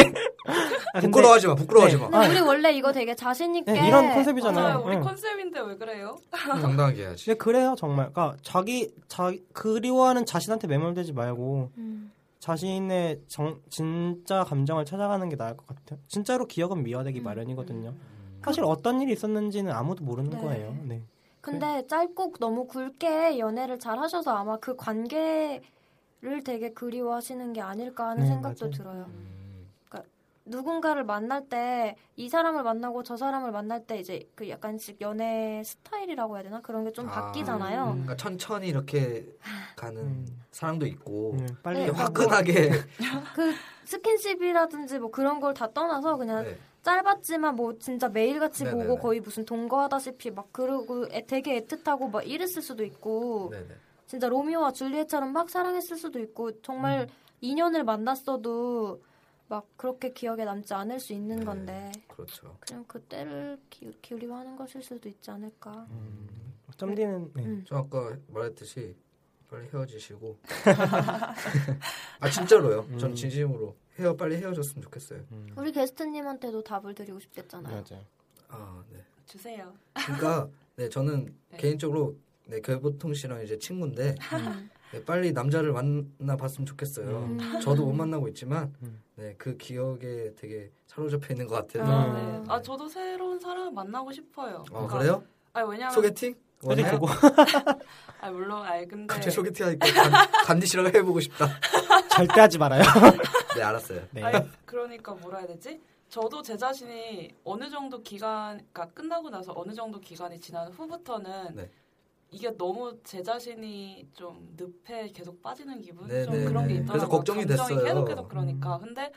E: 아, 근데-
D: 부끄러워하지 마. 부끄러워하지 마.
C: 근데 우리 원래 이거 되게 자신 있게
E: 아, 네, 이런
F: 맞아요.
E: 컨셉이잖아요.
F: 우리
E: 네.
F: 컨셉인데 왜 그래요?
D: 아, 당당하게 해야지.
E: 근데 그래요 정말. 그러니까 자기 자 그리워하는 자신한테 매몰되지 말고
C: 음,
E: 자신의 정, 진짜 감정을 찾아가는 게 나을 것 같아요. 진짜로 기억은 미화되기
C: 음.
E: 마련이거든요.
D: 음.
E: 사실 어떤 일이 있었는지는 아무도 모르는
C: 네.
E: 거예요. 네.
C: 근데 짧고 너무 굵게 연애를 잘 하셔서 아마 그 관계를 되게 그리워하시는 게 아닐까 하는
E: 네,
C: 생각도
E: 맞아요.
C: 들어요.
D: 음.
C: 누군가를 만날 때 이 사람을 만나고 저 사람을 만날 때 이제 그 약간씩 연애 스타일이라고 해야 되나 그런 게 좀
D: 아,
C: 바뀌잖아요.
F: 음.
D: 그러니까 천천히 이렇게 가는
E: 음.
D: 사랑도 있고
E: 네, 빨리
C: 네,
D: 그냥
C: 그러니까
D: 화끈하게
C: 그 스킨십이라든지 뭐 그런 걸 다 떠나서 그냥
D: 네.
C: 짧았지만 뭐 진짜 매일같이
D: 네네네.
C: 보고 거의 무슨 동거하다시피 막 그러고 애- 되게 애틋하고 막 이랬을 수도 있고
D: 네네.
C: 진짜 로미오와 줄리엣처럼 막 사랑했을 수도 있고 정말 인연을 만났어도 막 그렇게 기억에 남지 않을 수 있는
D: 네.
C: 건데
D: 그렇죠.
C: 그냥 그때를 기, 기울이고 하는 것일 수도 있지 않을까.
E: 점디는 네.
C: 음.
D: 저 아까 말했듯이 빨리 헤어지시고 아 진짜로요. 전
E: 음.
D: 진심으로 헤어 빨리 헤어졌으면 좋겠어요.
E: 음.
C: 우리 게스트님한테도 답을 드리고 싶겠잖아요.
E: 맞아요.
D: 아 네.
F: 주세요.
D: 그러니까 네 저는
F: 네.
D: 개인적으로 네 결보통 씨랑 이제 친구인데
F: 음.
D: 네, 빨리 남자를 만나봤으면 좋겠어요.
E: 음.
D: 저도 못 만나고 있지만
E: 음.
D: 네, 그 기억에 되게 사로잡혀 있는 것 같아요.
F: 아,
E: 음.
F: 네. 아 저도 새로운 사람 만나고 싶어요.
D: 어,
F: 그러니까-
D: 그래요?
F: 아니 왜냐면
D: 소개팅?
E: 어디
D: 원해요?
E: 보고
F: 아 물론 아니 근데
D: 갑자기 소개팅 하니까 간- 간디 씨랑 해보고 싶다.
E: 절대 하지 말아요.
D: 네 알았어요.
E: 네.
F: 아니, 그러니까 뭐라 해야 되지? 저도 제 자신이 어느 정도 기간, 그러니까 끝나고 나서 어느 정도 기간이 지난 후부터는
D: 네.
F: 이게 너무 제 자신이 좀 늪에 계속 빠지는 기분,
D: 네,
F: 좀
D: 네,
F: 그런
D: 네.
F: 게 있더라고요.
D: 그래서 걱정이 됐어요. 음.
F: 계속 계속 그러니까. 근데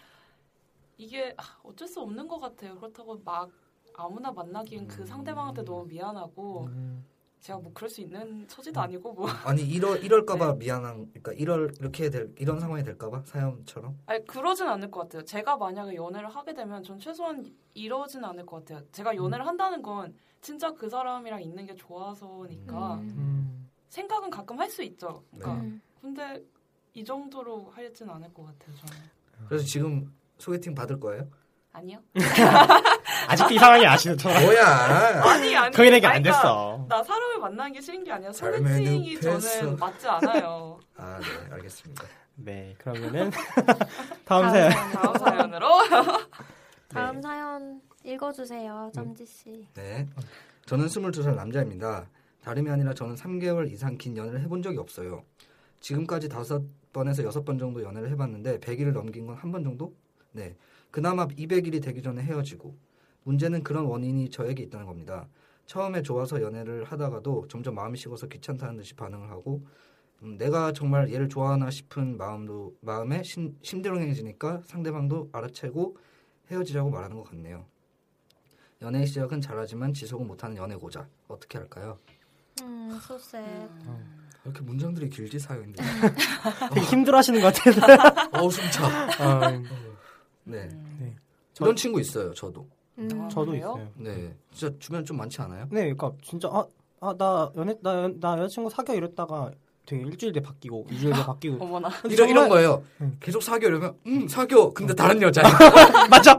F: 이게 아, 어쩔 수 없는 것 같아요. 그렇다고 막 아무나 만나기엔 그 상대방한테 너무 미안하고
E: 음.
F: 제가 뭐 그럴 수 있는
D: 음.
F: 처지도 아니고 뭐.
D: 아니 이러
F: 네.
D: 이럴까봐 미안한 그러니까 이럴 이렇게 될 이런 상황이 될까봐 사연처럼
F: 아니 그러진 않을 것 같아요. 제가 만약에 연애를 하게 되면 전 최소한 이러진 않을 것 같아요. 제가
E: 음.
F: 연애를 한다는 건 진짜 그 사람이랑 있는 게 좋아서니까
E: 음. 네.
F: 생각은 가끔 할 수 있죠. 그러니까
C: 음.
F: 근데 이 정도로 하진 않을 것 같아요. 저는
D: 그래서 지금 소개팅 받을 거예요?
F: 아니요.
E: 아직도 이 상황이 아시죠?
D: 뭐야?
F: 아니 아니.
E: 거인에게 안
F: 그러니까
E: 됐어.
F: 나 사람을 만나는 게 싫은 게 아니라
D: 삶의
F: 소개팅이
D: 늪에서.
F: 저는 맞지 않아요.
D: 아 네 알겠습니다.
E: 네, 그러면은 다음 네. 사연.
F: 다음 사연으로
C: 다음 사연 읽어주세요, 점지 씨.
D: 네. 저는 22살 남자입니다. 다름이 아니라 저는 3개월 이상 긴 연애를 해본 적이 없어요. 지금까지 5번에서 6번 정도 연애를 해봤는데 100일을 넘긴 건 한 번 정도? 네. 그나마 200일이 되기 전에 헤어지고. 문제는 그런 원인이 저에게 있다는 겁니다. 처음에 좋아서 연애를 하다가도 점점 마음이 식어서 귀찮다는 듯이 반응을 하고 음, 내가 정말 얘를 좋아하나 싶은 마음도 마음에 심, 심드렁해지니까 상대방도 알아채고 헤어지자고 말하는 것 같네요. 연애의 시작은 잘하지만 지속은 못하는 연애고자 어떻게 할까요?
C: 음,
F: 네.
C: 소셉.
D: 이렇게 문장들이 길지 사연인데
E: 되게 힘들어하시는 것 같아서.
D: 어우 숨차.
E: 아,
D: 네
E: 네.
D: 이런 친구 있어요 저도.
C: 음.
E: 저도
F: 그래요?
E: 있어요.
D: 네 진짜 주변 좀 많지 않아요?
E: 네, 그러니까 진짜 아, 아, 나 연애 나, 연- 나 여자친구 사귀어 이랬다가 되게 일주일 뒤에 바뀌고 이주일 뒤에 바뀌고
F: 어머나.
E: 근데
D: 이런 이런
E: 정말-
D: 거예요.
E: 음.
D: 계속 사귀어 이러면 음 사귀어 근데 다른 여자.
E: 맞아.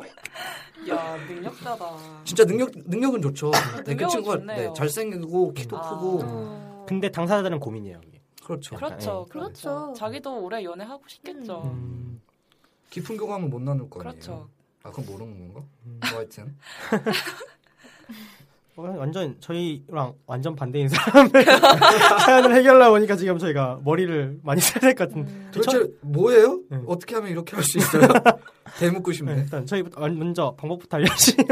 F: 야 능력자다.
D: 진짜 능력 능력은 좋죠. 네, 그
F: 능력은
D: 친구가
F: 좋네요.
D: 네, 잘생기고 키도
F: 아.
D: 크고
C: 어.
E: 근데 당사자들은 고민이에요. 이게.
D: 그렇죠.
F: 그렇죠.
C: 그렇죠.
F: 자기도 오래 연애하고 싶겠죠.
E: 음,
D: 깊은 교감을 못 나눌 거 아니에요.
F: 그렇죠.
D: 아 그건 모르는 건가?
E: 음.
D: 뭐 하여튼
E: 어, 완전 저희랑 완전 반대인 사람을 사연을 해결하려 보니까 지금 저희가 머리를 많이 써야 될 것 같은데.
C: 음.
D: 도대체 뭐예요?
E: 네.
D: 어떻게 하면 이렇게 할 수 있어요? 대묻고
E: 네,
D: 싶네.
E: 일단 저희 먼저 방법부터 알려주시면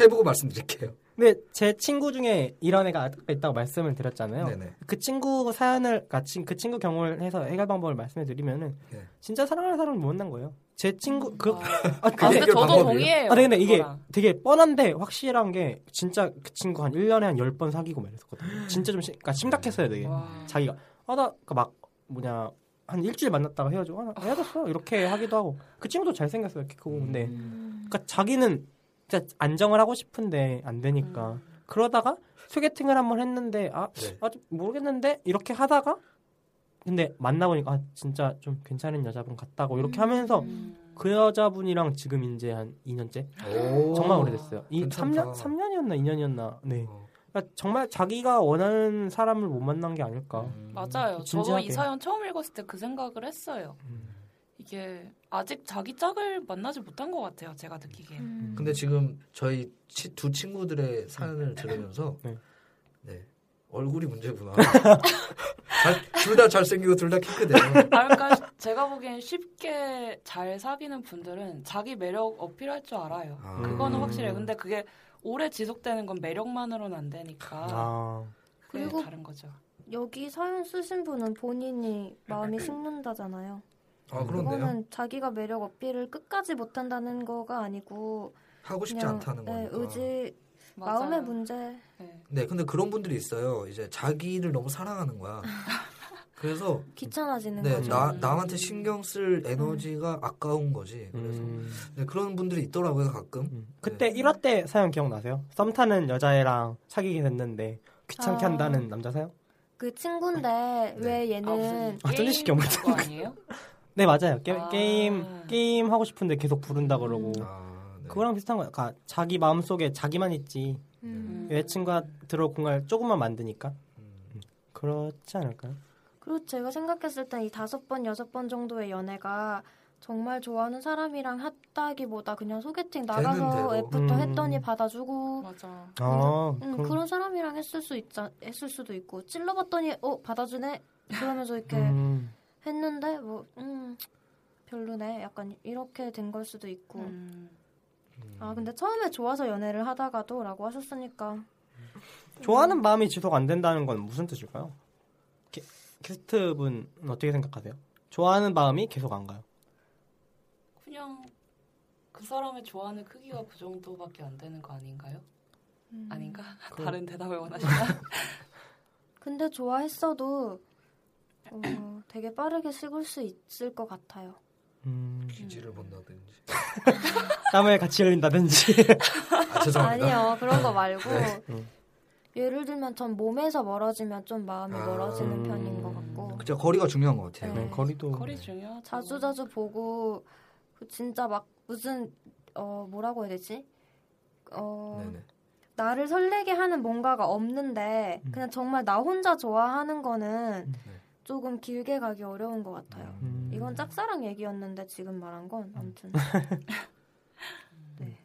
D: 해보고 말씀드릴게요.
E: 근데 제 친구 중에 이런 애가 아까 있다고 말씀을 드렸잖아요.
D: 네네.
E: 그 친구 사연을 아, 친- 그 친구 경우를 해서 해결 방법을 말씀해 드리면은
D: 네.
E: 진짜 사랑하는 사람을 못 만난 거예요. 제 친구 그 아,
F: 아, 근데
E: 근데
D: 해결
F: 저도
D: 방법이에요?
F: 동의해요.
E: 아, 네, 근데 이게
F: 그거랑.
E: 되게 뻔한데 확실한 게 진짜 그 친구 한 1년에 한 10번 사귀고 막 이랬었거든요. 진짜 좀 심, 그러니까 심각했어요, 되게.
F: 와.
E: 자기가 아나 그 막 뭐냐 한 일주일 만났다가 헤어지고 아, 나 헤어졌어 이렇게 하기도 하고 그 친구도 잘생겼어요 키
F: 음.
E: 크고
D: 네.
E: 근데
D: 음.
E: 그러니까 자기는 진짜 안정을 하고 싶은데 안
F: 음.
E: 되니까 그러다가 소개팅을 한번 했는데 아
D: 네.
E: 아직 모르겠는데 이렇게 하다가 근데 만나보니까 아 진짜 좀 괜찮은 여자분 같다고 이렇게 하면서 그 여자분이랑 지금 이제 한 2년째
D: 오.
E: 정말 오래됐어요. 이
D: 괜찮다.
E: 3년 3년이었나 2년이었나 네
D: 어.
E: 그러니까 정말 자기가 원하는 사람을 못 만난 게
D: 음.
E: 아닐까.
D: 어.
E: 음.
F: 맞아요. 저도
E: 진지하게. 음.
F: 이 사연 처음 읽었을 때 그 생각을 했어요. 이게 아직 자기 짝을 만나지 못한 것 같아요. 제가 느끼기에. 는
C: 음.
D: 근데 지금 저희 치- 두 친구들의 사연을 들으면서
E: 네.
D: 네. 얼굴이 문제구나. 둘 다 잘생기고 둘 다 키 크대요.
F: 아, 그러니까 제가 보기엔 쉽게 잘 사귀는 분들은 자기 매력 어필할 줄 알아요.
D: 아.
F: 그거는
E: 음.
F: 확실해요. 근데 그게 오래 지속되는 건 매력만으로는 안 되니까
E: 아.
F: 그게
C: 그리고-
F: 다른 거죠.
C: 여기 사연 쓰신 분은 본인이 마음이 식는다잖아요.
D: 아 그런데요.
C: 그거는 자기가 매력 어필을 끝까지 못한다는 거가 아니고
D: 하고 싶지
C: 그냥
D: 않다는
C: 네,
D: 거니까.
C: 의지
F: 맞아요.
C: 마음의 문제.
F: 네.
D: 네, 근데 그런 분들이 있어요. 이제 자기를 너무 사랑하는 거야. 그래서
C: 귀찮아지는
D: 네,
C: 거죠.
D: 나 남한테 신경 쓸 에너지가
C: 음.
D: 아까운 거지. 그래서
E: 음.
D: 네, 그런 분들이 있더라고요 가끔.
E: 음. 그때 1화 때 사연 기억나세요? 썸 타는 여자애랑 사귀게 됐는데 귀찮게
C: 아.
E: 한다는 남자 사연?
C: 그
D: 네.
C: 친구인데 왜
F: 아, 무슨
C: 얘는
E: 아, 쫀쫀 씨
F: 게
E: 경험
F: 거 아니에요?
E: 네 맞아요. 게,
F: 아.
E: 임 게임 하고 싶은데 계속 부른다 그러고
D: 아, 네.
E: 그거랑 비슷한 거예요. 그러니까 자기 마음 속에 자기만 있지
C: 음.
E: 여자친구가 들어 공갈 조금만 만드니까
D: 음.
E: 그렇지 않을까요?
C: 그리고 그렇죠. 제가 생각했을 땐 이 다섯 번 여섯 번 정도의 연애가 정말 좋아하는 사람이랑 했다기보다 그냥 소개팅 나가서
D: 되는 대로.
C: 애프터
E: 음.
C: 했더니 받아주고
F: 맞아.
E: 아,
C: 음,
E: 그럼-
C: 그런 사람이랑 했을 수 있자 했을 수도 있고 찔러봤더니 어 받아주네 그러면서 이렇게
E: 음.
C: 했는데 뭐 음, 별로네 약간 이렇게 된 걸 수도 있고
F: 음.
D: 음.
C: 아 근데 처음에 좋아서 연애를 하다가도라고 하셨으니까
E: 좋아하는 마음이 지속 안 된다는 건 무슨 뜻일까요? 게- 게스트분 어떻게 생각하세요? 좋아하는 마음이 계속 안 가요.
F: 그냥 그 사람의 좋아하는 크기가 그 정도밖에 안 되는 거 아닌가요?
C: 음.
F: 아닌가?
E: 그럼-
F: 다른 대답을 원하시나?
C: 근데 좋아했어도 어, 되게 빠르게 식을 수 있을 것 같아요.
E: 음.
D: 기지를 본다든지.
E: 땀을 같이 흘린다든지.
D: 아, 죄송합니다.
C: 아니요 그런 거 말고
D: 네.
E: 음.
C: 예를 들면 전 몸에서 멀어지면 좀 마음이
D: 아.
C: 멀어지는
E: 음.
C: 편인 것 같고
D: 진짜 거리가 중요한 것 같아요.
C: 네.
E: 네, 거리도
F: 거리 중요하죠.
C: 자주 자주 보고 그 진짜 막 무슨 어 뭐라고 해야 되지? 어
D: 네네.
C: 나를 설레게 하는 뭔가가 없는데
E: 음.
C: 그냥 정말 나 혼자 좋아하는 거는
E: 음.
D: 네.
C: 조금 길게 가기 어려운 것 같아요.
E: 음.
C: 이건 짝사랑 얘기였는데 지금 말한 건 아무튼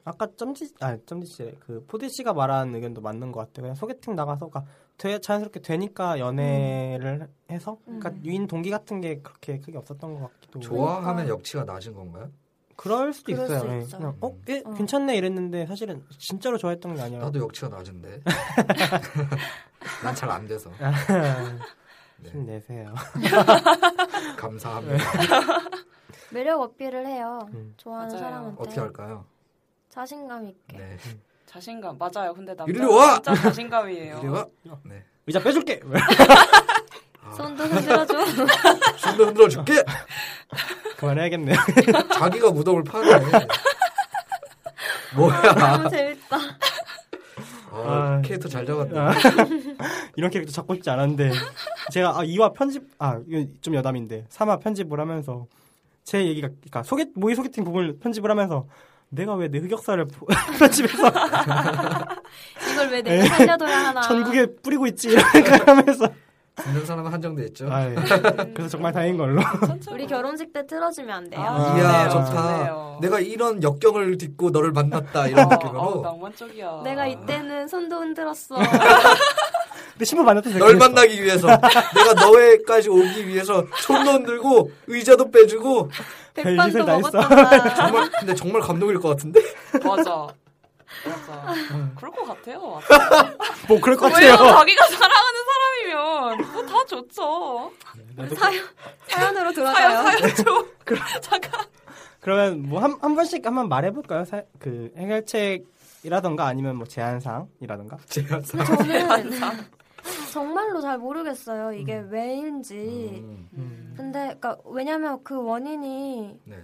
E: 아까 점지 아 점지 씨그 포디 씨가 말한 의견도 맞는 것 같아요. 그냥 소개팅 나가서 그러니까 되, 자연스럽게 되니까 연애를 해서 그러니까
C: 음.
E: 유인 동기 같은 게 그렇게 크게 없었던 것 같기도.
D: 좋아하면 역치가 낮은 건가요?
E: 그럴 수도
C: 그럴
E: 있어요.
C: 수
E: 예.
C: 있죠.
E: 그냥 어, 예,
C: 어.
E: 괜찮네 이랬는데 사실은 진짜로 좋아했던 게 아니라.
D: 나도 역치가 낮은데. 난 잘 안 돼서. 네.
E: 힘 내세요.
D: 감사합니다.
C: 매력 어필을 해요.
E: 음.
C: 좋아하는
F: 맞아요.
C: 사람한테
D: 어떻게 할까요?
C: 자신감 있게.
D: 네.
F: 자신감 맞아요. 근데 남자
D: 이리 와!
F: 진짜 자신감이에요.
D: 이리 와.
E: 의자 빼줄게.
D: 네. 아,
C: 손도 흔들어줘.
D: 손도 흔들어 줄게.
E: 그만해야겠네요.
D: 자기가 무덤을 파네. 뭐야?
C: 너무 재밌다.
D: 아,
E: 아.
D: 캐릭터 잘 잡았네.
E: 아, 이런 캐릭터 잡고 싶지 않았는데 제가 아, 2화 편집 아 이건 좀 여담인데 3화 편집을 하면서 제 얘기가 그러니까 소개 모의 소개팅 부분을 편집을 하면서 내가 왜 내 흑역사를 포- 편집해서
C: 이걸 왜
E: 네.
C: 내가 살려둬야 하나.
E: 전국에 뿌리고 있지 이런 생각을 하면서
D: 듣는 사람은 한정돼 있죠.
E: 아, 예. 그래서 정말 다행인 걸로
F: 괜찮죠?
C: 우리 결혼식 때 틀어주면 안 돼요.
F: 아,
D: 이야
F: 좋네요,
D: 좋다.
F: 좋네요. 어,
D: 내가 이런 역경을 딛고 너를 만났다 이런
F: 아우,
D: 느낌으로
F: 낭만적이야.
C: 내가 이때는 손도 흔들었어.
E: 네. 근데 신부 만났던
D: 널 만나기 위해서 내가 너에까지 오기 위해서 손도 흔들고 의자도 빼주고
C: 백반도
E: 별짓을 다 했어.
C: 먹었단다.
D: 정말 근데 정말 감동일 것 같은데
F: 맞아. 맞아. 그럴 것 같아요.
I: 뭐 그럴 것
F: 왜요?
I: 같아요.
F: 자기가 사랑하는 사람이면 뭐 다 좋죠.
C: 사연으로
F: 사연
C: 돌아가요.
F: 사연 줘. 잠깐.
E: 그러면 뭐 한 한 번씩 한번 말해볼까요? 사, 그 해결책이라던가 아니면 뭐 제안사항이라던가.
D: 제가 사-
C: 저는
F: 아,
C: 정말로 잘 모르겠어요. 이게
E: 음.
C: 왜인지.
D: 음,
C: 근데 그러니까 왜냐면 그 원인이
D: 네.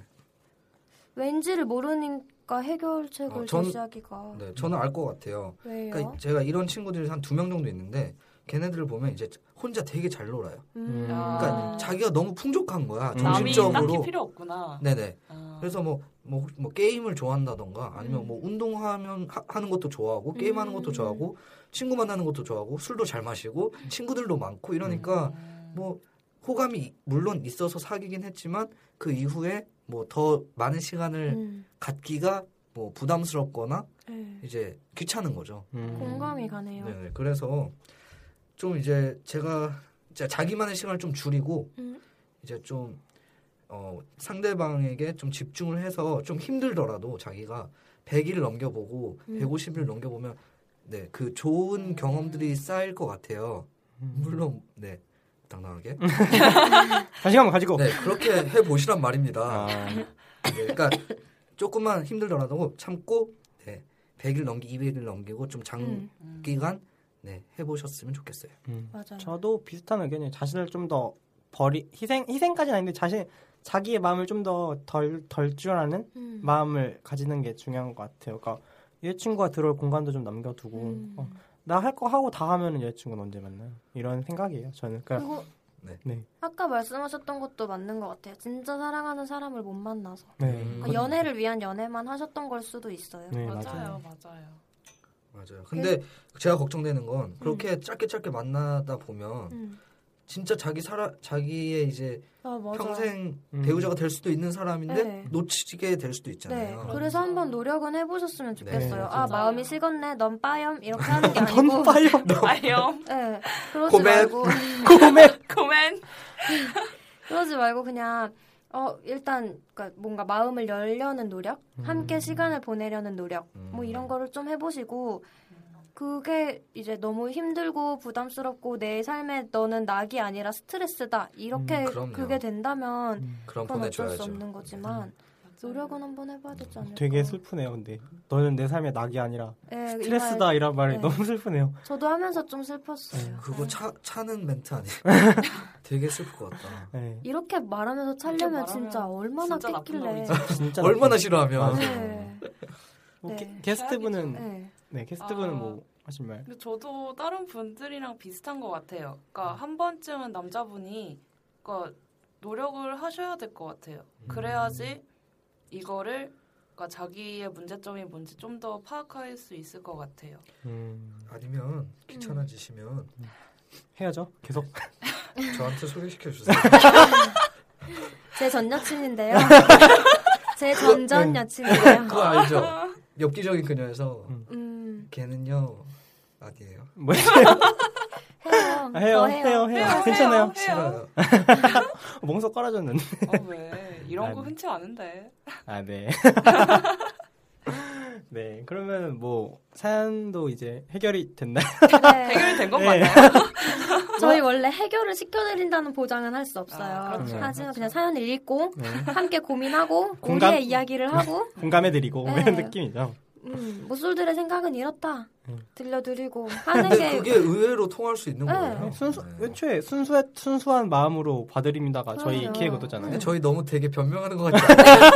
C: 왠지를 모르니까 해결책을
D: 어, 전-
C: 제시하기가
D: 네, 저는 알 것 같아요.
C: 왜요?
D: 그러니까 제가 이런 친구들이 한 두 명 정도 있는데 걔네들을 보면 이제 혼자 되게 잘 놀아요.
C: 음.
F: 아.
D: 그러니까 자기가 너무 풍족한 거야.
E: 음.
F: 남이 딱히
D: 정신적으로.
F: 필요 없구나.
D: 네네.
F: 아.
D: 그래서 뭐, 뭐, 혹- 뭐 게임을 좋아한다던가 아니면
C: 음.
D: 뭐 운동하면 하, 하는 것도 좋아하고 게임하는 것도
C: 음.
D: 좋아하고 친구 만나는 것도 좋아하고 술도 잘 마시고 친구들도 많고 이러니까
F: 음.
D: 뭐 호감이 이- 물론 있어서 사귀긴 했지만 그 이후에 뭐 더 많은 시간을
C: 음.
D: 갖기가 뭐 부담스럽거나
C: 네.
D: 이제 귀찮은 거죠.
E: 음.
C: 공감이 가네요.
D: 네, 그래서 좀 이제 제가 진짜 자기만의 시간을 좀 줄이고
C: 음.
D: 이제 좀 어, 상대방에게 좀 집중을 해서 좀 힘들더라도 자기가 100일 넘겨보고
C: 음.
D: 150일 넘겨보면 네, 그 좋은 경험들이 쌓일 것 같아요. 물론 네. 당당하게
E: 자신감 가지고.
D: 네 그렇게 해 보시란 말입니다.
E: 아,
D: 네, 그러니까 조금만 힘들더라도 참고 네, 100일 넘기 200일 넘기고 좀
C: 음.
D: 장기간 네, 해보셨으면 좋겠어요.
E: 음.
C: 맞아요.
E: 저도 비슷한 의견이에요. 자신을 좀 더 버리 희생 희생까지는 아닌데 자신 자기의 마음을 좀 더 덜 덜 줄하는
C: 음.
E: 마음을 가지는 게 중요한 것 같아요. 그러니까 여자친구가 들어올 공간도 좀 남겨두고 어,
C: 음.
D: 어.
E: 나 할 거 하고 다 하면은 여자친구는 언제 만나요? 이런 생각이에요. 저는 그러니까
C: 그리고
D: 네.
E: 네.
C: 아까 말씀하셨던 것도 맞는 것 같아요. 진짜 사랑하는 사람을 못 만나서
E: 네,
D: 음.
C: 그러니까 연애를 위한 연애만 하셨던 걸 수도 있어요.
E: 네 맞아요.
F: 맞아요, 맞아요.
D: 맞아요. 근데 제가 걱정되는 건 그렇게 짧게 짧게 만나다 보면
C: 음.
D: 진짜 자기 살아 자기의 이제
C: 아, 맞아.
D: 평생
E: 음.
D: 배우자가 될 수도 있는 사람인데
C: 네.
D: 놓치게 될 수도
C: 네,
D: 있잖아요.
C: 그래서 한번 노력은 해보셨으면 좋겠어요.
E: 네,
C: 아
F: 맞아요.
C: 마음이 식었네, 넌 빠염 이렇게 하는 게 아니고,
E: 넌 빠요.
F: 아이요,
C: 네, 그러지
D: 고백.
C: 말고
E: 고백.
F: 고멘.
C: 그러지 말고 그냥 어 일단 그러니까 뭔가 마음을 열려는 노력, 함께 시간을 보내려는 노력,
D: 음.
C: 뭐 이런 거를 좀 해보시고 그게 이제 너무 힘들고 부담스럽고 내 삶에 너는 낙이 아니라 스트레스다 이렇게
D: 음, 그럼요.
C: 그게 된다면
D: 그럼
C: 그건 어쩔 수
D: 보내줘야죠. 음.
C: 없는 거지만 노력은 한번 해봐야 되지 않을까.
E: 되게 슬프네요. 근데 너는 내 삶의 낙이 아니라
C: 예, 어. 이
E: 스트레스다 음. 이런 말이
C: 네.
E: 너무 슬프네요.
C: 말 저도 하면서 좀 슬펐어요.
D: 네. 그거
C: 예.
D: 차, 차는 멘트 아니에요? 되게 슬플 것 같다.
E: 네.
C: 이렇게 말하면서 차려면
F: 말하면
C: 진짜 얼마나
F: 진짜 나쁜
C: 깼길래.
F: 놈이죠.
E: 진짜
D: 얼마나
E: 나쁜-
D: 싫어하면
C: 네.
E: 뭐 게-
C: 네.
E: 게스트분은
C: 네.
E: 네 게스트분은
F: 아.
E: 뭐 하신 말?
F: 근데 저도 다른 분들이랑 비슷한 것 같아요.
E: 음.
F: 그러니까 한 번쯤은 남자분이 그러니까 노력을 하셔야 될 것 같아요.
E: 음.
F: 그래야지 이거를 그러니까 자기의 문제점이 뭔지 좀 더 파악할 수 있을 것 같아요.
E: 음,
D: 아니면 귀찮아지시면
E: 헤어져 계속.
D: 저한테 소개시켜 주세요.
C: 제 전 여친인데요. 제 전전 여친이에요.
D: 그거 알죠? 엽기적인 그녀에서
C: 음,
D: 걔는요 아니에요.
E: 뭐
C: 해요.
E: 아, 해요,
C: 더
E: 해요, 해요. 괜찮아요.
F: 해요.
D: 싫어요.
E: 멍석 깔아줬는데.
F: 어, 왜 이런 거
E: 아니.
F: 흔치 않은데.
E: 아, 네. 네, 그러면 뭐 사연도 이제 해결이 됐나요?
C: 네.
F: 해결이 된 건
E: 네.
F: 맞나요?
C: 저희 원래 해결을 시켜드린다는 보장은 할 수 없어요.
F: 아, 그렇죠.
C: 하지만
F: 그렇죠.
C: 그냥 사연을 읽고
E: 네.
C: 함께 고민하고
E: 공감?
C: 우리의 이야기를 하고
E: 공감해드리고
C: 네.
E: 이런 느낌이죠.
C: 음, 모쏠들의 생각은 이렇다
E: 음.
C: 들려드리고 하는
D: 근데
C: 게
D: 그게 의외로 통할 수 있는
C: 네.
D: 거예요.
E: 순수,
D: 네.
E: 애초에 순수, 순수한 마음으로 봐드립니다가 저희
C: 그럼요.
E: 기획어도잖아요.
D: 근데 저희 너무 되게 변명하는 것 같지 않아요?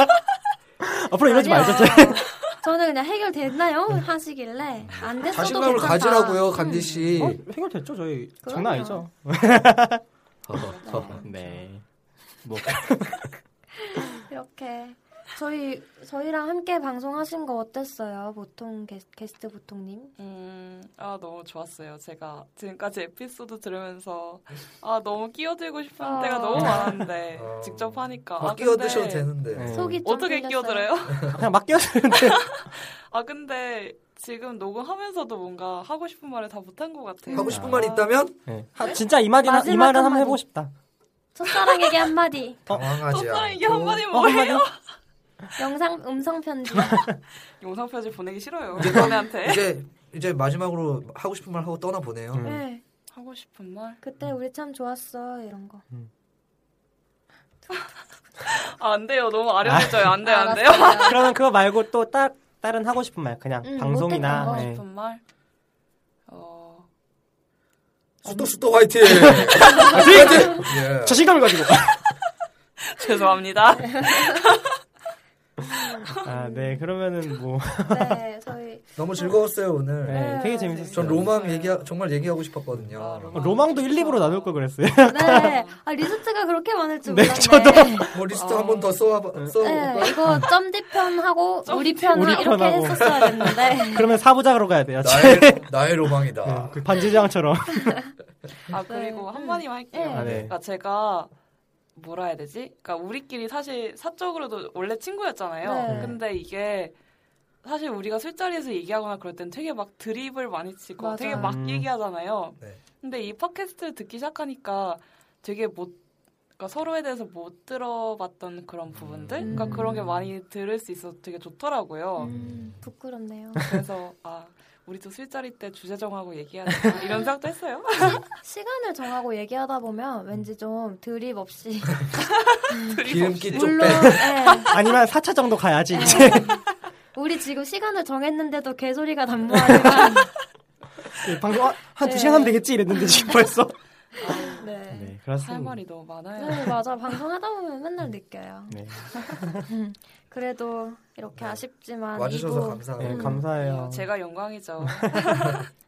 E: 앞으로 이러지 말자.
C: 아니요. 저는 그냥 해결됐나요? 하시길래 안 됐어도
D: 자신감을
C: 괜찮다.
D: 가지라고요, 간디 씨.
E: 어, 해결됐죠, 저희.
C: 그럼요. 아,
E: 장난 아니죠?
D: 허허허.
E: 네. 뭐,
C: 이렇게 저희 저희랑 함께 방송하신 거 어땠어요? 보통 게스, 게스트 보통님?
F: 음, 아 너무 좋았어요. 제가 지금까지 에피소드 들으면서 아 너무 끼어들고 싶은
C: 아.
F: 때가 너무 많았는데
D: 아.
F: 직접 하니까
D: 막
F: 아, 근데
D: 끼어드셔도 되는데.
E: 네.
C: 속이 좀
F: 어떻게
C: 풀렸어요?
F: 끼어들어요?
E: 그냥 막 끼어드는데.
F: 아 근데 지금 녹음하면서도 뭔가 하고 싶은 말을 다 못한 것 같아요.
D: 하고 싶은 말이 있다면
E: 네. 하- 진짜 이 말이나, 이
C: 마지막
E: 말은 한번
C: 한마디.
E: 해보고 싶다.
C: 첫사랑에게 한마디.
D: 당황하지
F: 첫사랑
D: 않고
F: 아, 이게 한마디
E: 어,
F: 뭐예요?
E: 한마디?
C: 영상 음성 편지.
F: 영상 편지 보내기 싫어요. 연애한테
D: 이제 이제 마지막으로 하고 싶은 말 하고 떠나 보내요.
E: 음.
C: 네.
F: 하고 싶은 말.
C: 그때 우리 참 좋았어 이런 거.
F: 아, 안 돼요. 너무 아련해져요. 안 돼요. 안 돼요.
C: 알았어요.
E: 그러면 그거 말고 또 딱 다른 하고 싶은 말 그냥
C: 음,
E: 방송이나
C: 못했던
F: 하고
E: 예.
D: 네.
F: 싶은 말. 어,
D: 수도수도 화이팅!
E: 아,
D: 화이팅! 예.
E: 자신감을 가지고
F: 죄송합니다.
E: 아 네 그러면은 뭐
C: 네, 저희
D: 너무 즐거웠어요 오늘.
E: 네, 되게
D: 전
E: 재밌었어요. 어,
D: 로망 얘기 정말 얘기하고 싶었거든요.
F: 아, 로망.
E: 로망도 1, 2부로 나눌 걸 그랬어요.
C: 네, 아, 리스트가 그렇게 많을 줄 몰랐네. 저도.
D: 뭐 리스트
F: 어.
D: 한 번 더 써와 써.
C: 아. 네, 이거 점디 편하고 우리 편하
E: 우리
C: 이렇게
E: 편하고.
C: 했었어야 됐는데.
E: 그러면 4부작으로 가야 돼요.
D: 나의 아. 나의 로망이다.
E: 네, 그 반지장처럼.
F: 아
C: 음.
F: 그리고 한마디만 할게요.
E: 아, 네.
F: 그러니까 제가 뭐라 해야 되지? 그러니까 우리끼리 사실 사적으로도 원래 친구였잖아요.
C: 네.
F: 근데 이게 사실 우리가 술자리에서 얘기하거나 그럴 땐 되게 막 드립을 많이 치고
C: 맞아요.
F: 되게 막
E: 음.
F: 얘기하잖아요.
D: 네.
F: 근데 이 팟캐스트를 듣기 시작하니까 되게 못 그러니까 서로에 대해서 못 들어봤던 그런 부분들, 그러니까
E: 음.
F: 그런 게 많이 들을 수 있어서 되게 좋더라고요.
C: 음, 부끄럽네요.
F: 그래서 아 우리도 술자리 때 주제 정하고 얘기하자 이런 생각도 했어요.
C: 시간을 정하고 얘기하다 보면 왠지 좀 드립 없이
E: 네, 그
D: 기름기
C: 물론
D: 쪽배.
C: 예.
E: 아니면 4차 정도 가야지 이제.
C: 우리 지금 시간을 정했는데도 개소리가 난무하지만
E: 네, 방송 아, 한
C: 네.
E: 2시간 하면 되겠지 이랬는데 지금 벌써.
F: 아유,
C: 네.
E: 네, 그렇습니다.
F: 할 말이 너무 많아요.
C: 네, 맞아 방송하다 보면 맨날 느껴요.
E: 네.
C: 그래도 이렇게 아쉽지만
D: 네. 와주셔서
C: 이부
D: 감사하고
E: 네,
C: 음.
E: 감사해요. 네.
F: 제가 영광이죠.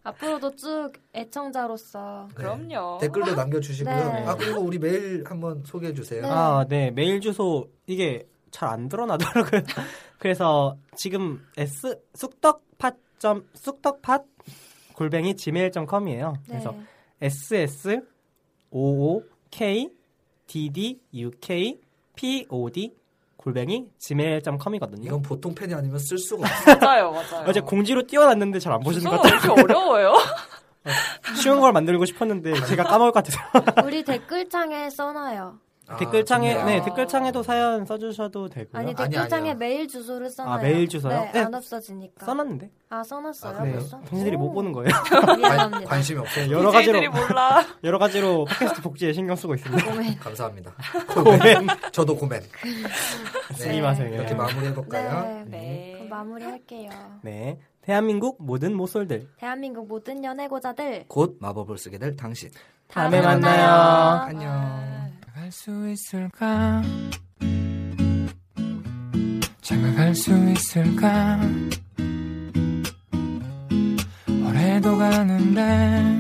C: 앞으로도 쭉 애청자로서
D: 네.
F: 그럼요.
D: 댓글도 남겨주시고요.
C: 네.
D: 아 그리고 우리 메일 한번 소개해 주세요.
C: 네.
E: 아, 네. 메일 주소 이게 잘 안 드러나더라고요. 그래서 지금 s 쑥떡팟 점 쑥떡팟 골뱅이 gmail.com이에요. 그래서
C: 네.
E: ss 55 k dd uk pod 골뱅이 gmail.com이거든요.
D: 이건 보통 팬이 아니면 쓸 수가 없어.
F: 맞아요, 맞아요.
E: 어제 공지로 띄워놨는데 잘 안 보시는
F: 주소가
E: 것
F: 왜
E: 같아요.
F: 이렇게 어려워요?
E: 쉬운 걸 만들고 싶었는데 제가 까먹을 것 같아서
C: 우리 댓글창에 써놔요.
D: 아,
E: 댓글창에
D: 좋네요.
E: 네 댓글창에도 사연 써주셔도 되고요.
C: 아니
D: 아니,
C: 댓글창에
D: 아니요.
C: 메일 주소를 써놔요.
E: 아, 메일 주소요?
C: 네,
E: 네.
C: 안 없어지니까.
E: 써놨는데
C: 아 써놨어요
D: 아, 그래요?
C: 벌써?
E: 당신들이
C: 오,
E: 못 보는 거예요.
D: 관,
C: 미안합니다.
D: 관심이 없어요.
E: 네, 여러 가지로
F: DJ들이 몰라.
E: 여러 가지로 팟캐스트 복지에 신경 쓰고 있습니다.
C: 고멘.
D: 감사합니다.
E: 고멘
D: 저도 고멘.
E: 스미마셍.
D: 네. 이렇게 마무리해 볼까요?
C: 네.
F: 네.
C: 그럼 마무리할게요.
E: 네 대한민국 모든 모쏠들
C: 대한민국 모든 연애고자들
D: 곧 마법을 쓰게 될 당신.
E: 다음에 만나요.
D: 안녕.
B: 장가갈 수 있을까? 장가갈 수 있을까? 올해도 가는데